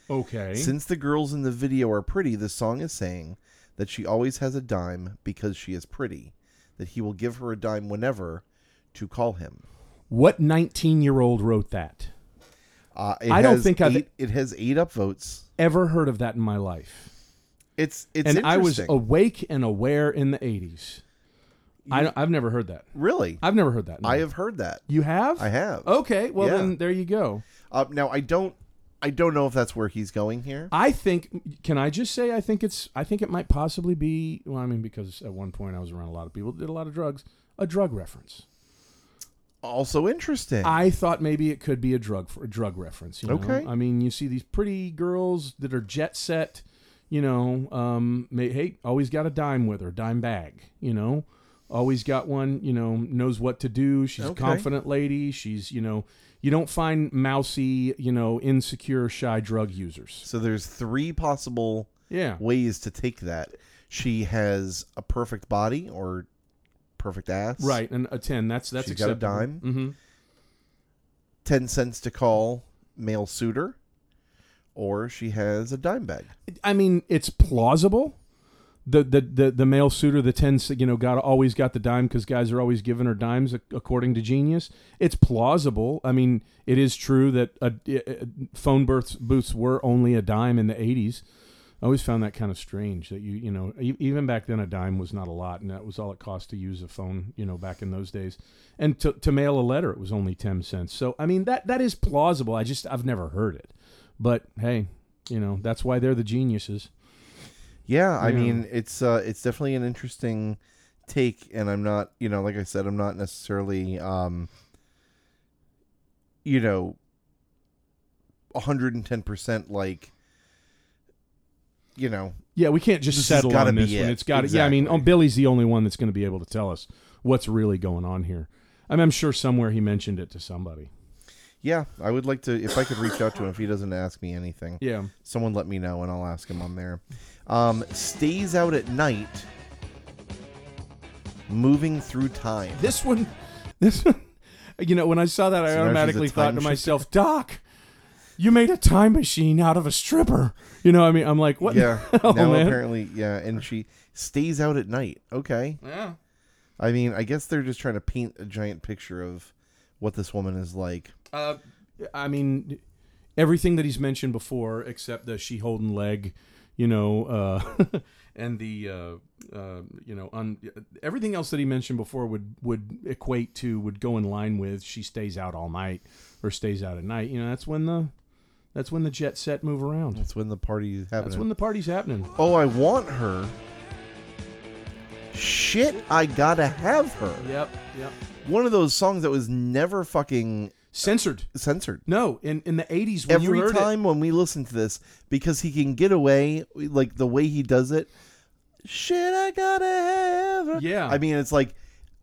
S1: Okay.
S2: Since the girls in the video are pretty, the song is saying that she always has a dime because she is pretty, that he will give her a dime whenever to call him.
S1: What 19 year old wrote that?
S2: Uh, it
S1: I don't
S2: has
S1: think I've-
S2: eight, it has eight upvotes.
S1: Ever heard of that in my life?
S2: It's it's
S1: and
S2: interesting.
S1: I was awake and aware in the 80s. I don't, I've never heard that.
S2: really.
S1: I've never heard that. no.
S2: I have heard that.
S1: You have?
S2: I have.
S1: Okay, well
S2: Yeah.
S1: then there you go.
S2: Uh, now I don't. I don't know if that's where he's going here.
S1: I think. Can I just say? I think it's. I think it might possibly be. Well, I mean, because at one point I was around a lot of people that did a lot of drugs. A drug reference.
S2: Also interesting.
S1: I thought maybe it could be a drug for a drug reference. You know?
S2: Okay.
S1: I mean, you see these pretty girls that are jet set. You know, um, may, hey, always got a dime with her, dime bag. You know, always got one. You know, knows what to do. She's a
S2: Okay.
S1: confident lady. She's you know, you don't find mousy, you know, insecure, shy drug users.
S2: so there's three possible
S1: Yeah.
S2: ways to take that. She has a perfect body or perfect ass.
S1: Right, and a ten. That's that's
S2: She's got a
S1: acceptable.
S2: dime.
S1: Mhm.
S2: 10 cents to call male suitor or she has a dime bag.
S1: I mean, it's plausible, the, the the the male suitor, the ten, you know, got always got the dime because guys are always giving her dimes ac- according to genius. It's plausible. I mean, it is true that uh uh phone births, booths were only a dime in the eighties. I always found that kind of strange that you you know e- even back then a dime was not a lot and that was all it cost to use a phone you know back in those days and to, to mail a letter it was only 10 cents so I mean that that is plausible I just I've never heard it but hey you know that's why they're the geniuses
S2: Yeah, I
S1: Yeah.
S2: mean it's uh it's definitely an interesting take and I'm not, you know, like I said I'm not necessarily um you know 110% like you know,
S1: yeah we can't just
S2: This has
S1: settle
S2: gotta
S1: on
S2: be
S1: this one
S2: it.
S1: it's got to yeah I mean
S2: Exactly.
S1: oh, Billy's the only one that's going to be able to tell us what's really going on here I mean, I'm sure somewhere he mentioned it to somebody
S2: yeah, I would like to if I could reach out to him if he doesn't ask me anything.
S1: yeah
S2: Someone let me know and I'll ask him on there. Um stays out at night moving through time.
S1: this one this one you know when i saw that i
S2: So now she's a
S1: automatically
S2: time
S1: thought to
S2: shifter?
S1: myself doc you made a time machine out of a stripper you know i mean i'm like what
S2: Yeah.
S1: the hell,
S2: now
S1: man?
S2: apparently, yeah, and she stays out at night. Okay.
S3: Yeah.
S2: I mean, I guess they're just trying to paint a giant picture of what this woman is like.
S3: Uh,
S1: i mean everything that he's mentioned before except the she holding leg you know uh and the uh, uh you know un- everything else that he mentioned before would would equate to would go in line with she stays out all night or stays out at night you know that's when the that's when the jet set move around
S2: That's when the party is happening.
S1: that's when the party's happening
S2: oh, I want her. Shit, I gotta have her.
S1: Yep, yep.
S2: One of those songs that was never fucking
S1: Censored.
S2: censored.
S1: No, in in the eighties when you
S2: Every
S1: heard
S2: time when we listen to this, because he can get away, like the way he does it. Shit, I gotta have her.
S1: Yeah.
S2: I mean, it's like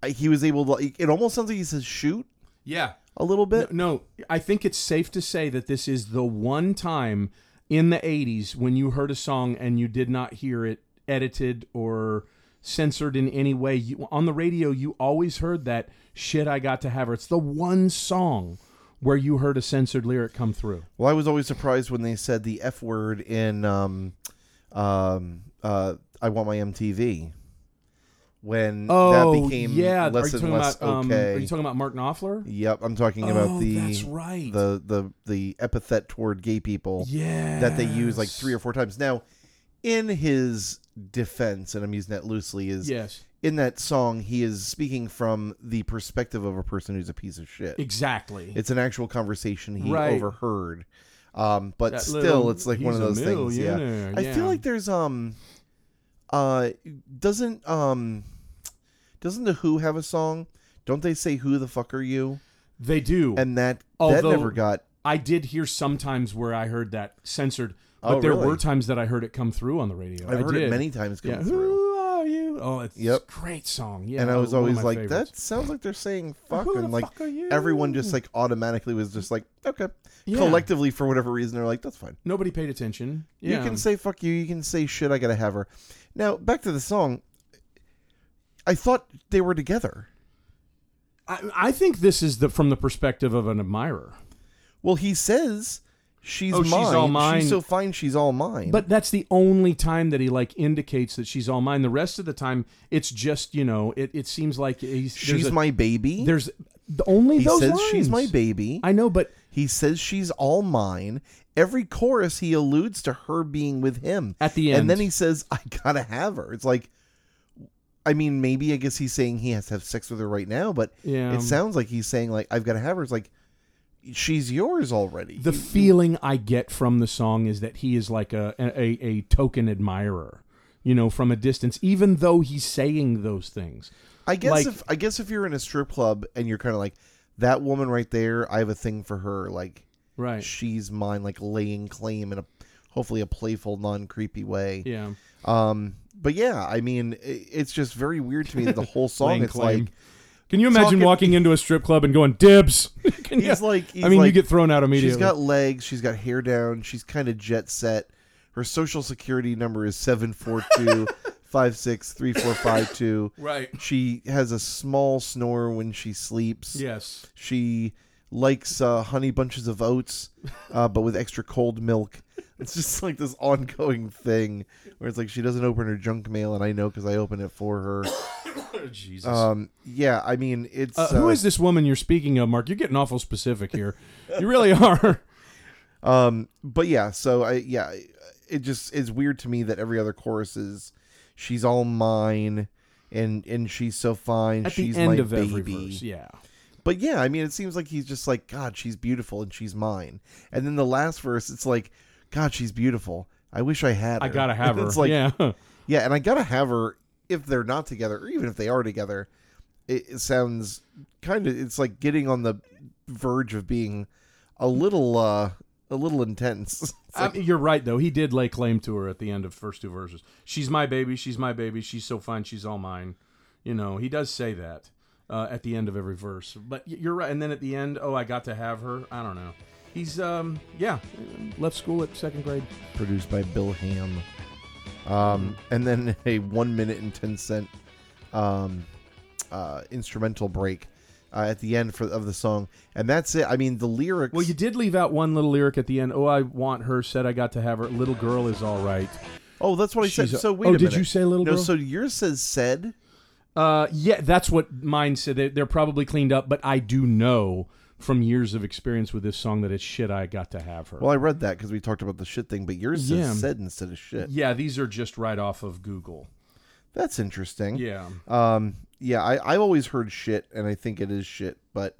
S2: I- he was able to. It almost sounds like he says shoot
S1: it, yeah.
S2: a little bit.
S1: No, I think it's safe to say that this is the one time in the eighties when you heard a song and you did not hear it edited or censored in any way. You, on the radio, you always heard that shit. I got to have her. It's the one song where you heard a censored lyric come through.
S2: Well, I was always surprised when they said the F word in um, um, uh, I Want My MTV. When that
S1: Oh,
S2: became
S1: yeah. are
S2: less
S1: you
S2: and
S1: talking
S2: less
S1: about? Um,
S2: okay.
S1: Are you talking about Mark Knopfler?
S2: yep, I'm talking
S1: Oh,
S2: about the
S1: that's right.
S2: the the the epithet toward gay people
S1: yeah.
S2: that they use like three or four times. Now, in his defense, and I'm using that loosely, is
S1: Yes.
S2: in that song he is speaking from the perspective of a person who's a piece of shit.
S1: Exactly.
S2: It's an actual conversation he
S1: Right.
S2: overheard. Um, but
S1: That
S2: still,
S1: little-
S2: it's like one
S1: he's
S2: of
S1: a
S2: those things. Yeah.
S1: millionaire,
S2: I
S1: yeah.
S2: feel like there's um, uh, doesn't um, doesn't the Who have a song? Don't they say "Who the fuck are you"?
S1: They do.
S2: And that that
S1: Although-
S2: never got.
S1: I did hear sometimes where I heard that censored, but
S2: Oh,
S1: there
S2: really?
S1: were times that I heard it come through on the radio.
S2: I've
S1: I
S2: heard
S1: did.
S2: it many times come
S1: Yeah.
S2: through,
S1: Who are you? Oh, it's
S2: Yep.
S1: a great song. Yeah.
S2: and I was
S1: one of
S2: always
S1: my
S2: like,
S1: favorites.
S2: "That sounds like they're saying fuck,"
S1: Who the
S2: and like
S1: fuck are you?
S2: everyone just like automatically was just like, "Okay."
S1: Yeah.
S2: Collectively, for whatever reason, they're like, "That's fine."
S1: Nobody paid attention. Yeah.
S2: You can say fuck you. You can say shit. I gotta have her. Now back to the song. I thought they were together.
S1: I, I think this is the from the perspective of an admirer,
S2: Well, he says she's
S1: Oh,
S2: mine.
S1: she's all mine.
S2: She's so fine. She's all mine.
S1: but that's the only time that he like indicates that she's all mine. The rest of the time, it's just you know, it, it seems like he's,
S2: she's
S1: there's a-
S2: my baby.
S1: There's only
S2: he
S1: those
S2: says
S1: lines.
S2: she's my baby.
S1: I know, but
S2: he says she's all mine. Every chorus, he alludes to her being with him.
S1: At the end.
S2: and then he says, "I gotta have her." It's like, I mean, maybe I guess he's saying he has to have sex with her right now, but
S1: Yeah.
S2: it sounds like he's saying like, "I've gotta have her." It's like, she's yours already.
S1: the feeling I get from the song is that he is like a a, a token admirer, you know, from a distance, even though he's saying those things.
S2: I guess
S1: like-
S2: if I guess if you're in a strip club and you're kind of like that woman right there, I have a thing for her. Like
S1: Right.
S2: she's mine. Like laying claim in a hopefully a playful, non creepy way.
S1: Yeah.
S2: Um, but yeah, I mean, i it's just very weird to me that the whole song.
S1: Laying
S2: it's
S1: claim.
S2: like
S1: Can you imagine
S2: Talking-
S1: walking into a strip club and going dibs? Can you-
S2: he's like he's
S1: I mean, you
S2: like,
S1: get thrown out immediately.
S2: she's got legs, she's got hair down, she's kind of jet set. Her social security number is seven four two five six three four five two.
S1: right.
S2: She has a small snore when she sleeps.
S1: Yes.
S2: She likes uh, honey bunches of oats, uh, but with extra cold milk. It's just like this ongoing thing where it's like she doesn't open her junk mail, and I know because I open it for her.
S3: Jesus.
S2: Um, yeah, I mean, it's
S1: Uh, who is this woman you're speaking of, Mark? You're getting awful specific here. You really are.
S2: Um, but yeah, so I yeah, it just is weird to me that every other chorus is she's all mine, and and she's so fine.
S1: At
S2: she's
S1: the end
S2: my
S1: of
S2: baby. Uh,
S1: every verse, yeah.
S2: But yeah, I mean, it seems like he's just like God, she's beautiful and she's mine. And then the last verse, it's like God, she's beautiful. I wish I had.
S1: I
S2: Her.
S1: gotta have her.
S2: it's like
S1: yeah,
S2: yeah, and I gotta have her if they're not together, or even if they are together. It, it sounds kind of it's like getting on the verge of being a little uh a little intense. It's
S1: I mean, you're right though. He did lay claim to her at the end of first two verses. She's my baby. She's my baby. She's so fine. She's all mine. You know, he does say that uh, at the end of every verse. But y- you're right. And then at the end, oh, I got to have her. I don't know. He's um yeah, left school at second grade.
S2: produced by Bill Ham. Um, and then a one minute and ten cent um, uh, instrumental break uh, at the end for, of the song, and that's it. I mean, the lyrics.
S1: Well, you did leave out one little lyric at the end. Oh, I want her. Said I got to have her. Little girl is all right.
S2: oh, that's what I said.
S1: She's a-
S2: so wait
S1: oh,
S2: a
S1: did
S2: minute.
S1: you say little
S2: no,
S1: girl?
S2: So yours says said.
S1: Uh, yeah, that's what mine said. They, they're probably cleaned up, but I do know from years of experience with this song that it's shit. I got to have her.
S2: Well, I read that because we talked about the shit thing, but yours says
S1: Yeah.
S2: said instead of shit.
S1: yeah, these are just right off of Google.
S2: That's interesting.
S1: Yeah,
S2: Um. Yeah. I I've always heard shit, and I think it is shit. But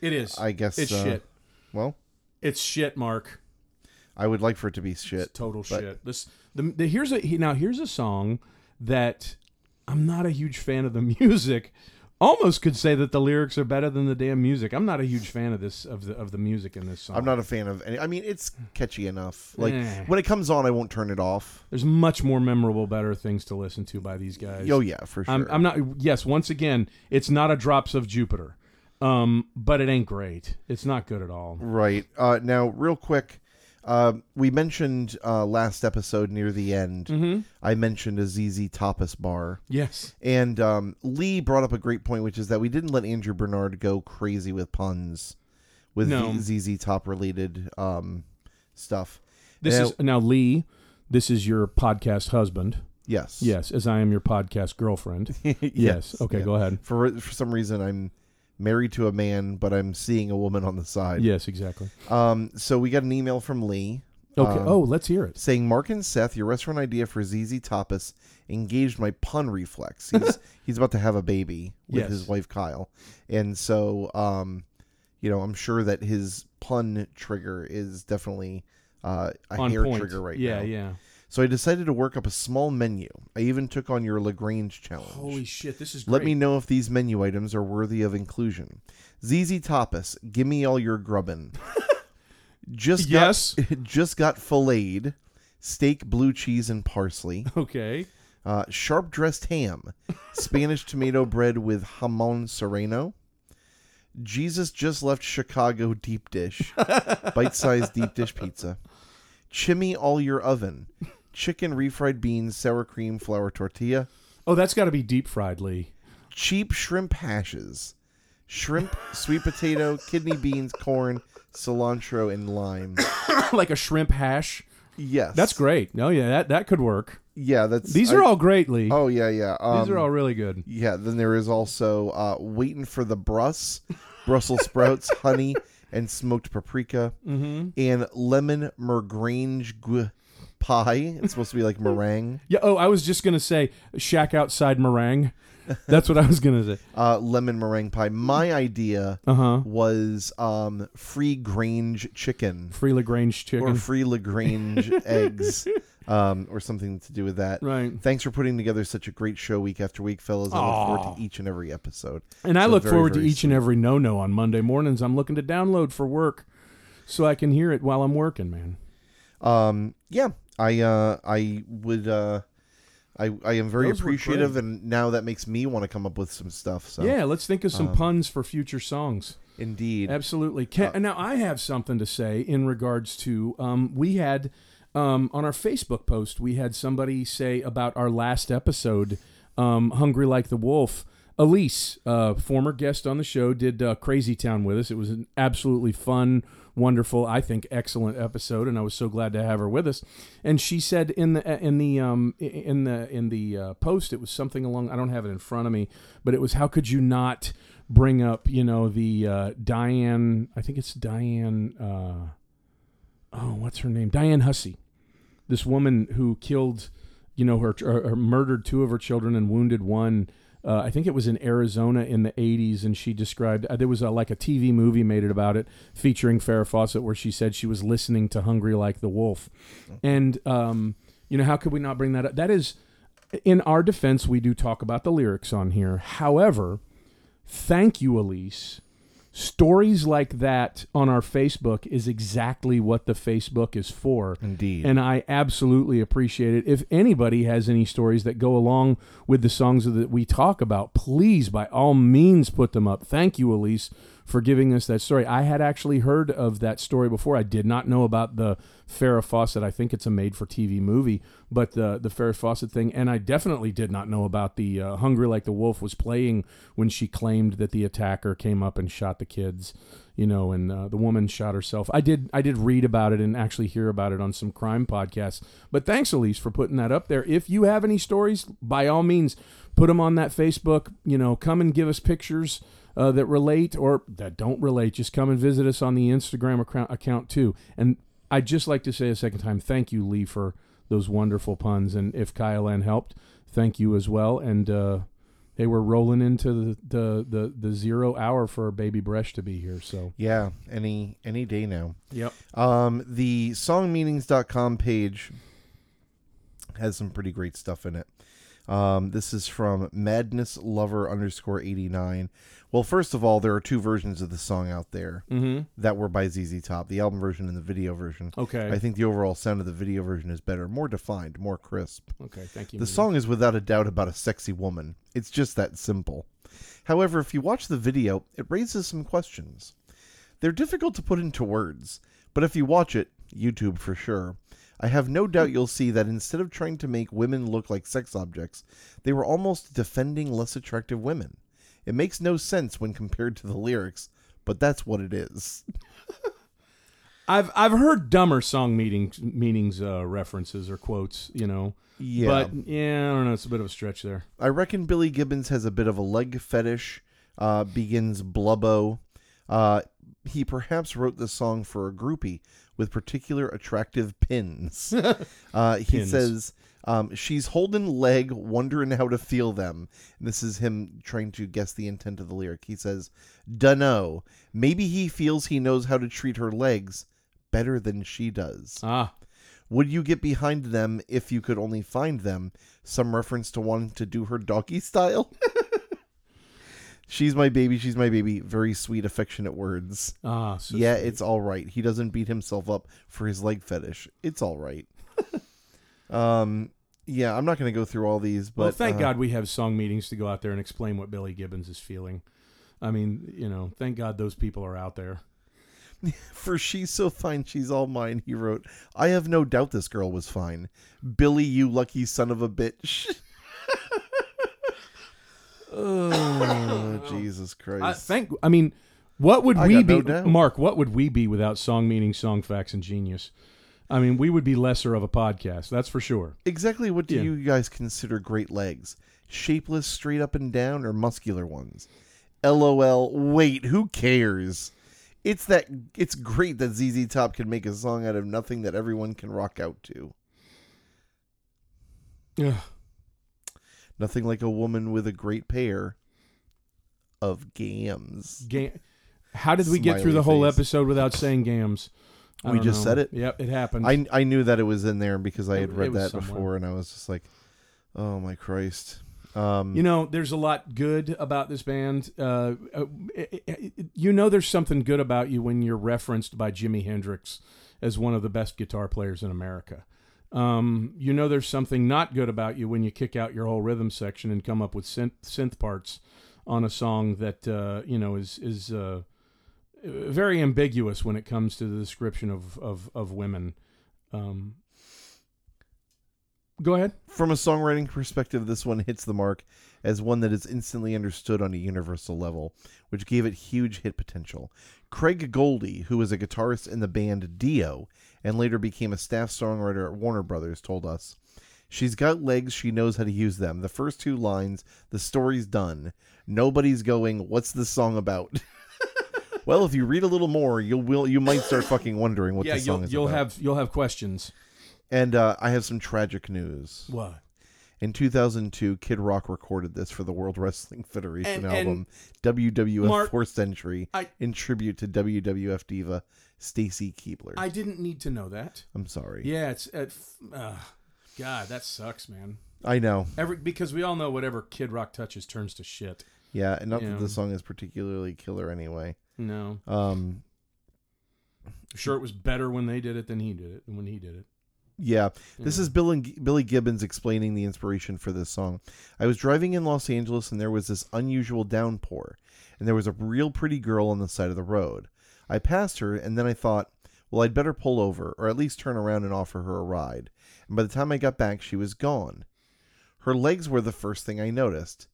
S1: it is.
S2: I guess
S1: it's
S2: uh,
S1: shit.
S2: Well,
S1: It's shit, Mark.
S2: I would like for it to be shit.
S1: Total
S2: but-
S1: shit. This the, the here's a he- now here's a song that I'm not a huge fan of the music. Almost could say that the lyrics are better than the damn music. I'm not a huge fan of this of the of the music in this song.
S2: I'm not a fan of any. I mean, it's catchy enough. Like
S1: Eh.
S2: when it comes on, I won't turn it off.
S1: There's much more memorable, better things to listen to by these guys.
S2: Oh yeah, for sure.
S1: I'm, I'm not. Yes, once again, it's not a drops of Jupiter, um, but it ain't great. It's not good at all.
S2: right uh, now. Real quick, uh, we mentioned uh, last episode near the end.
S1: Mm-hmm.
S2: I mentioned a ZZ Tapas bar,
S1: Yes,
S2: and um, Lee brought up a great point, which is that we didn't let Andrew Bernard go crazy with puns, with
S1: No.
S2: ZZ Top related um, stuff.
S1: this
S2: Now-
S1: is now Lee. This is your podcast husband.
S2: yes,
S1: Yes, as I am your podcast girlfriend. yes. Okay,
S2: yeah.
S1: go ahead.
S2: For for some reason, I'm married to a man, but I'm seeing a woman on the side.
S1: Yes, exactly.
S2: Um, so we got an email from Lee
S1: Okay.
S2: Um,
S1: oh, let's hear it.
S2: saying, "Mark and Seth, your restaurant idea for ZZ Tapas engaged my pun reflex. He's he's about to have a baby with
S1: Yes.
S2: his wife Kyle, and so um, you know, I'm sure that his pun trigger is definitely uh, a
S1: On
S2: hair
S1: point.
S2: trigger right
S1: yeah,
S2: now.
S1: yeah.
S2: So I decided to work up a small menu. I even took on your Lagrange challenge.
S1: Holy shit! This is. Great.
S2: Let me know if these menu items are worthy of inclusion. ZZ Tapas, gimme all your grubbin. just
S1: Yes.
S2: got, just got filleted, steak, blue cheese, and parsley.
S1: Okay.
S2: Uh, sharp dressed ham, Spanish tomato bread with jamon serrano. Jesus just left Chicago deep dish, bite sized deep dish pizza. Chimmy all your oven, chicken refried beans, sour cream, flour tortilla
S1: Oh, that's got to be deep fried, Lee.
S2: cheap shrimp hashes, shrimp, sweet potato, kidney beans, corn, cilantro, and lime.
S1: like a shrimp hash.
S2: Yes,
S1: That's great. No, yeah, that that could work.
S2: Yeah, that's
S1: These
S2: I-
S1: are all great, Lee.
S2: Oh yeah, yeah. Um,
S1: These are all really good.
S2: Yeah. Then there is also uh, waiting for the brus, Brussels sprouts, honey, and smoked paprika,
S1: Mm-hmm.
S2: and lemon mergrange gu- pie. It's supposed to be like meringue.
S1: Yeah. Oh, I was just gonna say shack outside meringue. That's what I was gonna say.
S2: Uh, lemon meringue pie. My idea
S1: Uh-huh.
S2: was um, free Grange chicken.
S1: Free Lagrange
S2: or
S1: chicken.
S2: free Lagrange eggs, um, or something to do with that.
S1: Right.
S2: Thanks for putting together such a great show week after week, fellas. I look
S1: Aw.
S2: forward to each and every episode.
S1: And I
S2: So
S1: look
S2: very,
S1: forward to
S2: very
S1: each and every no no on Monday mornings. I'm looking to download for work, so I can hear it while I'm working, man.
S2: Um, yeah, I uh, I would. Uh, I, I am very
S1: Those were
S2: appreciative,
S1: great.
S2: and now that makes me want to come up with some stuff. So
S1: yeah, let's think of some
S2: Um,
S1: puns for future songs.
S2: indeed,
S1: Absolutely. Can,
S2: uh,
S1: now I have something to say in regards to um, we had um, on our Facebook post we had somebody say about our last episode, um, "Hungry Like the Wolf." Elise, uh, former guest on the show, did uh, Crazy Town with us. It was an absolutely fun, wonderful, I think, excellent episode, and I was so glad to have her with us. And she said in the in the um, in the in the uh, post, it was something along. I don't have it in front of me, but it was how could you not bring up you know the uh, Diane? I think it's Diane. Uh, oh, what's her name? Diane Hussey, this woman who killed, you know, her, or, or murdered two of her children and wounded one. Uh, I think it was in Arizona in the '80s, and she described uh, there was a, like a TV movie made it about it, featuring Farrah Fawcett, where she said she was listening to "Hungry Like the Wolf," and um, you know, how could we not bring that up? That is, in our defense, we do talk about the lyrics on here. However, thank you, Elise. Stories like that on our Facebook is exactly what the Facebook is for.
S2: Indeed.
S1: And I absolutely appreciate it. If anybody has any stories that go along with the songs that we talk about, please, by all means, put them up. Thank you, Elise, for giving us that story. I had actually heard of that story before. I did not know about the Farrah Fawcett. I think it's a made for TV movie, but the, the Farrah Fawcett thing. And I definitely did not know about the uh, Hungry Like the Wolf was playing when she claimed that the attacker came up and shot the kids you know, and uh, the woman shot herself. I did I did read about it and actually hear about it on some crime podcasts. But thanks, Elise, for putting that up there. If you have any stories, by all means, put them on that Facebook. You know, come and give us pictures uh, that relate or that don't relate. Just come and visit us on the Instagram account, account too. And I'd just like to say a second time, thank you, Lee, for those wonderful puns. And if Kyle Ann helped, thank you as well. And uh, they were rolling into the, the, the, the zero hour for Baby Bresh to be here. So
S2: yeah, any any day now.
S1: Yep.
S2: Um, the songmeanings.com page has some pretty great stuff in it. Um, this is from Madness Lover underscore eighty nine. Well, first of all, there are two versions of the song out there that were by ZZ Top, the album version and the video version.
S1: Okay.
S2: Mm-hmm. I think the overall sound of the video version is better, more defined, more crisp.
S1: okay. Thank you.
S2: The
S1: Mindy.
S2: song is without a doubt about a sexy woman. It's just that simple. However, if you watch the video, it raises some questions. They're difficult to put into words, but if you watch it, YouTube for sure, I have no doubt you'll see that instead of trying to make women look like sex objects, they were almost defending less attractive women. It makes no sense when compared to the lyrics, but that's what it is.
S1: I've I've heard dumber song meetings meanings uh, references or quotes, you know.
S2: Yeah.
S1: But yeah, I don't know. It's a bit of a stretch there.
S2: I reckon Billy Gibbons has a bit of a leg fetish, uh, begins Blubbo. Uh, he perhaps wrote the song for a groupie with particular attractive pins. uh, he
S1: Pins.
S2: says, um, She's holding leg, wondering how to feel them. And this is him trying to guess the intent of the lyric. He says, Dunno. Maybe he feels he knows how to treat her legs better than she does.
S1: Ah,
S2: Would you get behind them if you could only find them? Some reference to wanting to do her doggy style. she's my baby, she's my baby. Very sweet, affectionate words.
S1: ah. So
S2: yeah, it's all right. He doesn't beat himself up for his leg fetish. It's all right. um, yeah, I'm not going to go through all these, but
S1: well, thank
S2: uh,
S1: God we have song meetings to go out there and explain what Billy Gibbons is feeling. I mean, you know, thank God those people are out there.
S2: For she's so fine, she's all mine. He wrote, "I have no doubt this girl was fine, Billy. You lucky son of a bitch." oh Jesus Christ!
S1: I thank. I mean, what would
S2: I
S1: we
S2: got
S1: be,
S2: no doubt.
S1: Mark? What would we be without song meetings, song facts, and genius? I mean, we would be lesser of a podcast. That's for sure.
S2: exactly what do
S1: Yeah.
S2: you guys consider great legs? Shapeless, straight up and down, or muscular ones? LOL. Wait, who cares? It's that. It's great that ZZ Top can make a song out of nothing that everyone can rock out to.
S1: Ugh.
S2: Nothing like a woman with a great pair of gams.
S1: Ga- How did we get through
S2: Smiley
S1: the whole
S2: face.
S1: episode without saying gams? I
S2: We
S1: don't
S2: just
S1: know.
S2: said it.
S1: Yep, it happened.
S2: I I knew that it was in there because I
S1: It-
S2: had
S1: it
S2: read
S1: was
S2: that
S1: somewhere.
S2: before, and I was just like, "Oh my Christ!" Um,
S1: Mm-hmm. You know, there's a lot good about this band. Uh, uh, it- it- it- you know, there's something good about you when you're referenced by Jimi Hendrix as one of the best guitar players in America. Um, you know, there's something not good about you when you kick out your whole rhythm section and come up with synth, synth parts on a song that uh, you know is is uh, very ambiguous when it comes to the description of of, of women. Um, Go ahead.
S2: From a songwriting perspective, this one hits the mark as one that is instantly understood on a universal level, which gave it huge hit potential. Craig Goldie, who was a guitarist in the band Dio and later became a staff songwriter at Warner Brothers, told us She's got legs, she knows how to use them. The first two lines, the story's done. Nobody's going, What's this song about? well, if you read a little more, you'll will you might start fucking wondering what
S1: yeah,
S2: this song
S1: you'll
S2: is
S1: you'll
S2: about.
S1: have you'll have questions.
S2: and uh, I have some tragic news.
S1: What?
S2: In 2002, Kid Rock recorded this for the World Wrestling Federation
S1: And- and-
S2: album WWF
S1: Mark,
S2: 4th Century
S1: I-
S2: in tribute to WWF diva Stacy Keebler.
S1: I didn't need to know that.
S2: am sorry.
S1: Yeah, it's at. Uh, God, that sucks, man.
S2: I know.
S1: Every because we all know whatever Kid Rock touches turns to shit.
S2: Yeah, and not
S1: Yeah.
S2: that the song is particularly killer anyway.
S1: No,
S2: Um,
S1: I'm sure it was better when they did it than he did it when he did it.
S2: yeah, this is Bill and, Billy Gibbons explaining the inspiration for this song. I was driving in Los Angeles and there was this unusual downpour, and there was a real pretty girl on the side of the road. I passed her, and then I thought, well, I'd better pull over, or at least turn around and offer her a ride. And by the time I got back, she was gone. Her legs were the first thing I noticed.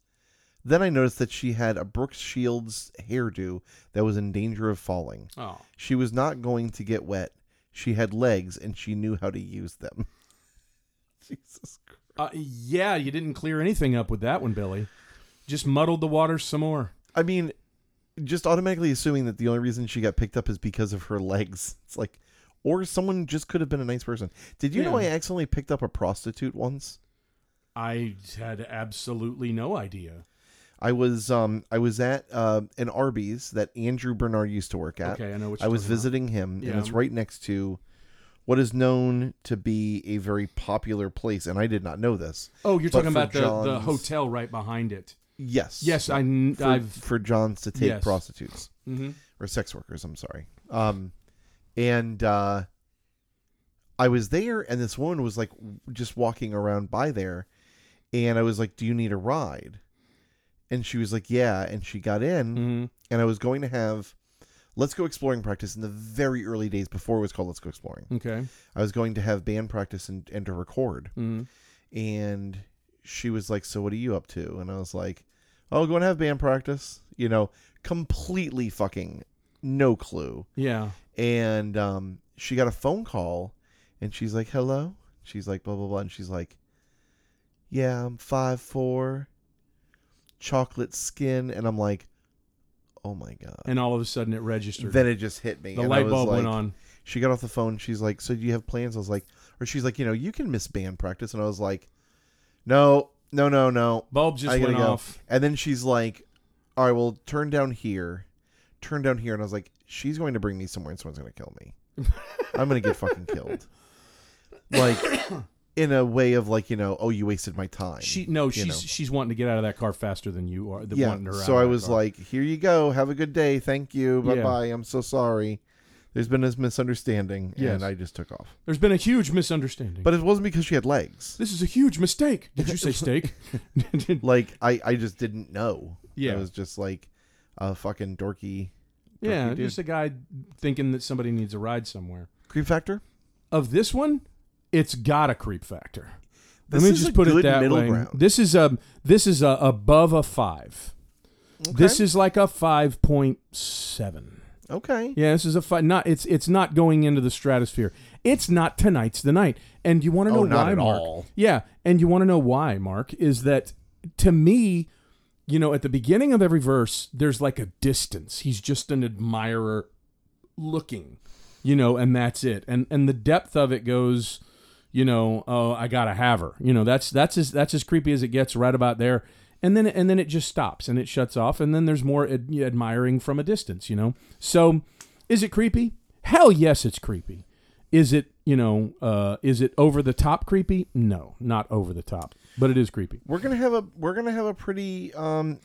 S2: Then I noticed that she had a Brooks Shields hairdo that was in danger of falling.
S1: Oh,
S2: She was not going to get wet. She had legs and she knew how to use them. Jesus Christ.
S1: uh, yeah, you didn't clear anything up with that one, Billy. Just muddled the waters some more.
S2: I mean, just automatically assuming that the only reason she got picked up is because of her legs. It's like, or someone just could have been a nice person. Did you know I
S1: Yeah.
S2: accidentally picked up a prostitute once?
S1: I had absolutely no idea.
S2: I was um I was at uh, an Arby's that Andrew Bernard used to work at.
S1: Okay, I know what
S2: I
S1: you're
S2: was
S1: talking about.
S2: visiting him, and
S1: Yeah.
S2: it's right next to what is known to be a very popular place, and I did not know this.
S1: Oh, you're
S2: But
S1: talking
S2: for
S1: about the, the
S2: John's-
S1: hotel right behind it.
S2: Yes.
S1: Yes, I, kn-
S2: for,
S1: I've.
S2: for Johns to take
S1: Yes.
S2: prostitutes
S1: mhm.
S2: or sex workers. I'm sorry. Um, and uh, I was there, and this woman was like w- just walking around by there, and I was like, "Do you need a ride?" And she was like, "Yeah," and she got in,
S1: Mhm.
S2: and I was going to have. Let's go exploring practice in the very early days before it was called Let's Go Exploring.
S1: Okay.
S2: I was going to have band practice and, and to record.
S1: Mhm.
S2: And she was like, So what are you up to? And I was like, Oh, go and have band practice. You know, completely fucking no clue.
S1: Yeah.
S2: And um, she got a phone call and she's like, Hello? She's like, blah, blah, blah. And she's like, Yeah, I'm five four, chocolate skin. And I'm like, Oh my God.
S1: And all of a sudden it registered.
S2: Then it just hit me.
S1: the
S2: and I
S1: light
S2: was
S1: bulb
S2: like-
S1: went on.
S2: she got off the phone. She's like, "So do you have plans?" I was like, or she's like, "You know, you can miss band practice." And I was like, "No, no, no, no."
S1: Bulb just
S2: I gotta
S1: went
S2: go.
S1: off.
S2: And then she's like, "All right, well, turn down here, turn down here." And I was like, "She's going to bring me somewhere, and someone's going to kill me. I'm going to get fucking killed." Like, in a way of like, you know, oh, you wasted my time.
S1: She no, she's
S2: know.
S1: she's wanting to get out of that car faster than you are. Than
S2: yeah.
S1: wanting her out
S2: So
S1: of
S2: I
S1: that
S2: was
S1: car.
S2: like, "Here you go. Have a good day. Thank you. Bye
S1: Yeah.
S2: bye. I'm so sorry." There's been this misunderstanding,
S1: Yes.
S2: and I just took off.
S1: "There's been a huge misunderstanding."
S2: But it wasn't because she had legs.
S1: this is a huge mistake. Did you say steak?
S2: Like I, I just didn't know.
S1: Yeah.
S2: I was just like a fucking dorky
S1: yeah,
S2: you did.
S1: just a guy thinking that somebody needs a ride somewhere.
S2: creep factor.
S1: Of this one, it's got a creep factor.
S2: This
S1: Let me
S2: is
S1: just
S2: a
S1: put
S2: good
S1: it that
S2: middle
S1: way.
S2: ground.
S1: This is a this is a above a five. This
S2: Okay.
S1: is like a five point seven.
S2: okay.
S1: Yeah, this is a fi- not it's it's not going into the stratosphere. It's not tonight's the night. And you want to know
S2: Oh, not
S1: why
S2: at
S1: Mark?
S2: all.
S1: Yeah, and you want to know why Mark is that to me, you know, at the beginning of every verse there's like a distance. He's just an admirer looking, you know, and that's it. And and the depth of it goes you know, oh, I gotta have her. You know, that's that's as that's as creepy as it gets right about there. And then and then it just stops and it shuts off. And then there's more ad- admiring from a distance. You know, so is it creepy? Hell yes, it's creepy. Is it you know uh, is it over the top creepy? No, not over the top, but it is creepy.
S2: We're gonna have a we're gonna have a pretty um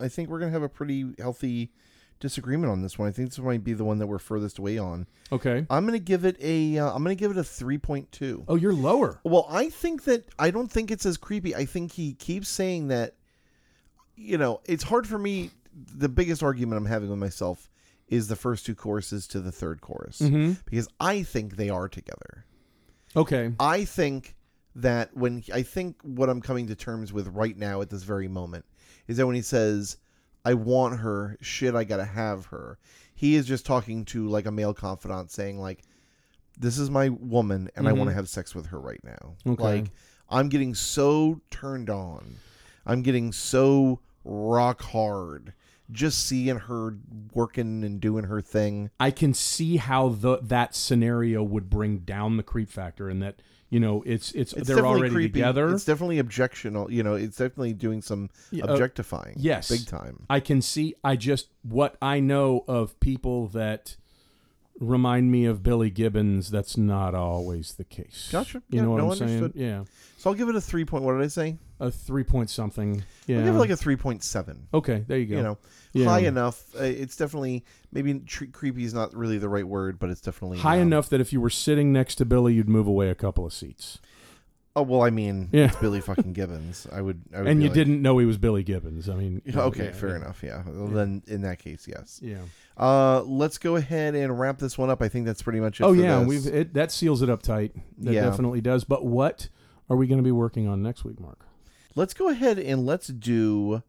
S2: I think we're gonna have a pretty healthy disagreement on this one. I think this might be the one that we're furthest away on.
S1: Okay.
S2: I'm gonna give it a uh, I'm gonna give it a three point two.
S1: Oh, you're lower.
S2: Well, I think that I don't think it's as creepy. I think he keeps saying that. You know, it's hard for me. The biggest argument I'm having with myself is the first two choruses to the third chorus because I think they are together.
S1: Okay.
S2: I think that when he- I think what I'm coming to terms with right now at this very moment is that when he says, I want her, shit, I gotta have her, he is just talking to like a male confidant saying, like, this is my woman and I want to have sex with her right now.
S1: Okay.
S2: Like, I'm getting so turned on. I'm getting so rock hard just seeing her working and doing her thing.
S1: I can see how the, that scenario would bring down the creep factor, and that you know it's it's,
S2: It's
S1: they're
S2: definitely
S1: already
S2: creepy.
S1: together.
S2: It's definitely objectional. You know, it's definitely doing some
S1: uh,
S2: objectifying.
S1: yes.
S2: big time.
S1: I can see. I just what I know of people that remind me of Billy Gibbons. That's not always the case.
S2: Gotcha.
S1: You
S2: Yeah,
S1: know what
S2: no,
S1: I'm
S2: understood.
S1: saying? Yeah.
S2: So I'll give it a three point. What did I say?
S1: A three point something. Yeah.
S2: I'll give it like a three point seven.
S1: okay. There you go.
S2: You know,
S1: Yeah.
S2: high enough. Uh, it's definitely maybe tre- creepy is not really the right word, but it's definitely
S1: High
S2: um,
S1: enough that if you were sitting next to Billy, you'd move away a couple of seats,
S2: Oh well, I mean,
S1: Yeah.
S2: it's Billy fucking Gibbons. I would. I would
S1: and
S2: be
S1: you
S2: like-
S1: didn't know he was Billy Gibbons. I mean, you know,
S2: Okay,
S1: yeah,
S2: fair
S1: yeah.
S2: enough. Yeah. Well, Then in that case, yes.
S1: Yeah.
S2: Uh, let's go ahead and wrap this one up. I think that's pretty much it.
S1: Oh
S2: for
S1: yeah,
S2: this.
S1: we've it, that seals it up tight. That
S2: Yeah.
S1: definitely does. But what are we going to be working on next week, Mark?
S2: Let's go ahead and let's do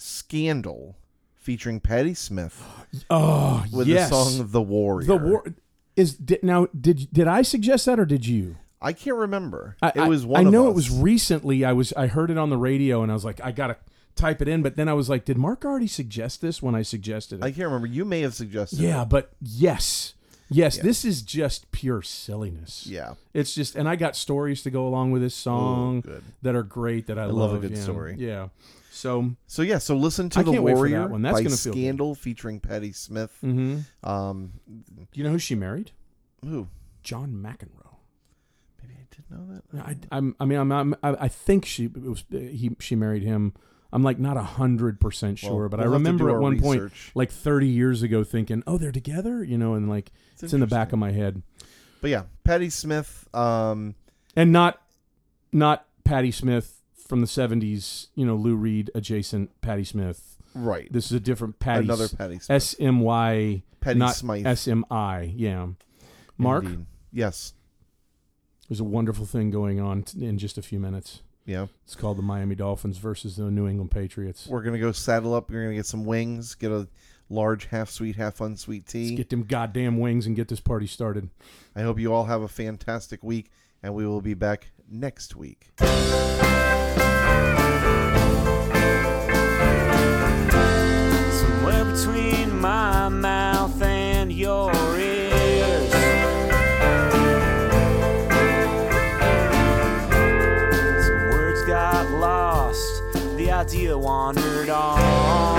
S2: Scandal featuring Patti Smith
S1: Oh
S2: with
S1: yes,
S2: the song The Warrior.
S1: the war is did, now. Did did I suggest that or did you?
S2: I can't remember.
S1: I,
S2: it was one
S1: I,
S2: of
S1: I know
S2: us.
S1: it was recently. I was I heard it on the radio and I was like, I gotta type it in. But then I was like, did Mark already suggest this when I suggested it?
S2: I can't remember. You may have suggested. it.
S1: yeah, but yes, yes, this is just pure silliness.
S2: Yeah.
S1: It's just, and I got stories to go along with this song
S2: Ooh, good.
S1: that are great that I,
S2: love a good
S1: yeah.
S2: story.
S1: Yeah. So,
S2: So yeah, so listen to
S1: I
S2: The
S1: can't wait for that
S2: Warrior
S1: one. That's
S2: by
S1: gonna feel good.
S2: Scandal featuring Patti Smith.
S1: mhm.
S2: Um
S1: do you know who she married?
S2: ooh,
S1: John McEnroe.
S2: maybe I didn't know that.
S1: I, I'm, I mean, I'm, I'm, I I think she it was uh, he she married him. I'm like not a hundred percent
S2: Well,
S1: sure, but I
S2: we'll have to
S1: remember
S2: do
S1: at
S2: our
S1: one point,
S2: research.
S1: like 30 years ago, thinking, "Oh, they're together," you know, and like it's, in the back of my head,
S2: But yeah, Patti Smith um
S1: and not, not Patty Smith from the 70s, you know, Lou Reed adjacent Patty Smith.
S2: right.
S1: This is a different Patty.
S2: Another Patti Smith.
S1: S M Y,
S2: Patti
S1: not
S2: Smythe.
S1: S M I. Yeah, Mark,
S2: Indeed. Yes.
S1: there's a wonderful thing going on t- in just a few minutes.
S2: Yeah.
S1: It's called the Miami Dolphins versus the New England Patriots.
S2: We're gonna go saddle up. We're gonna get some wings. Get a large half sweet, half unsweet tea.
S1: Let's get them goddamn wings and get this party started.
S2: I hope you all have a fantastic week, and we will be back next week.
S4: somewhere between my mouth and your ears. Some words got lost, the idea wandered off.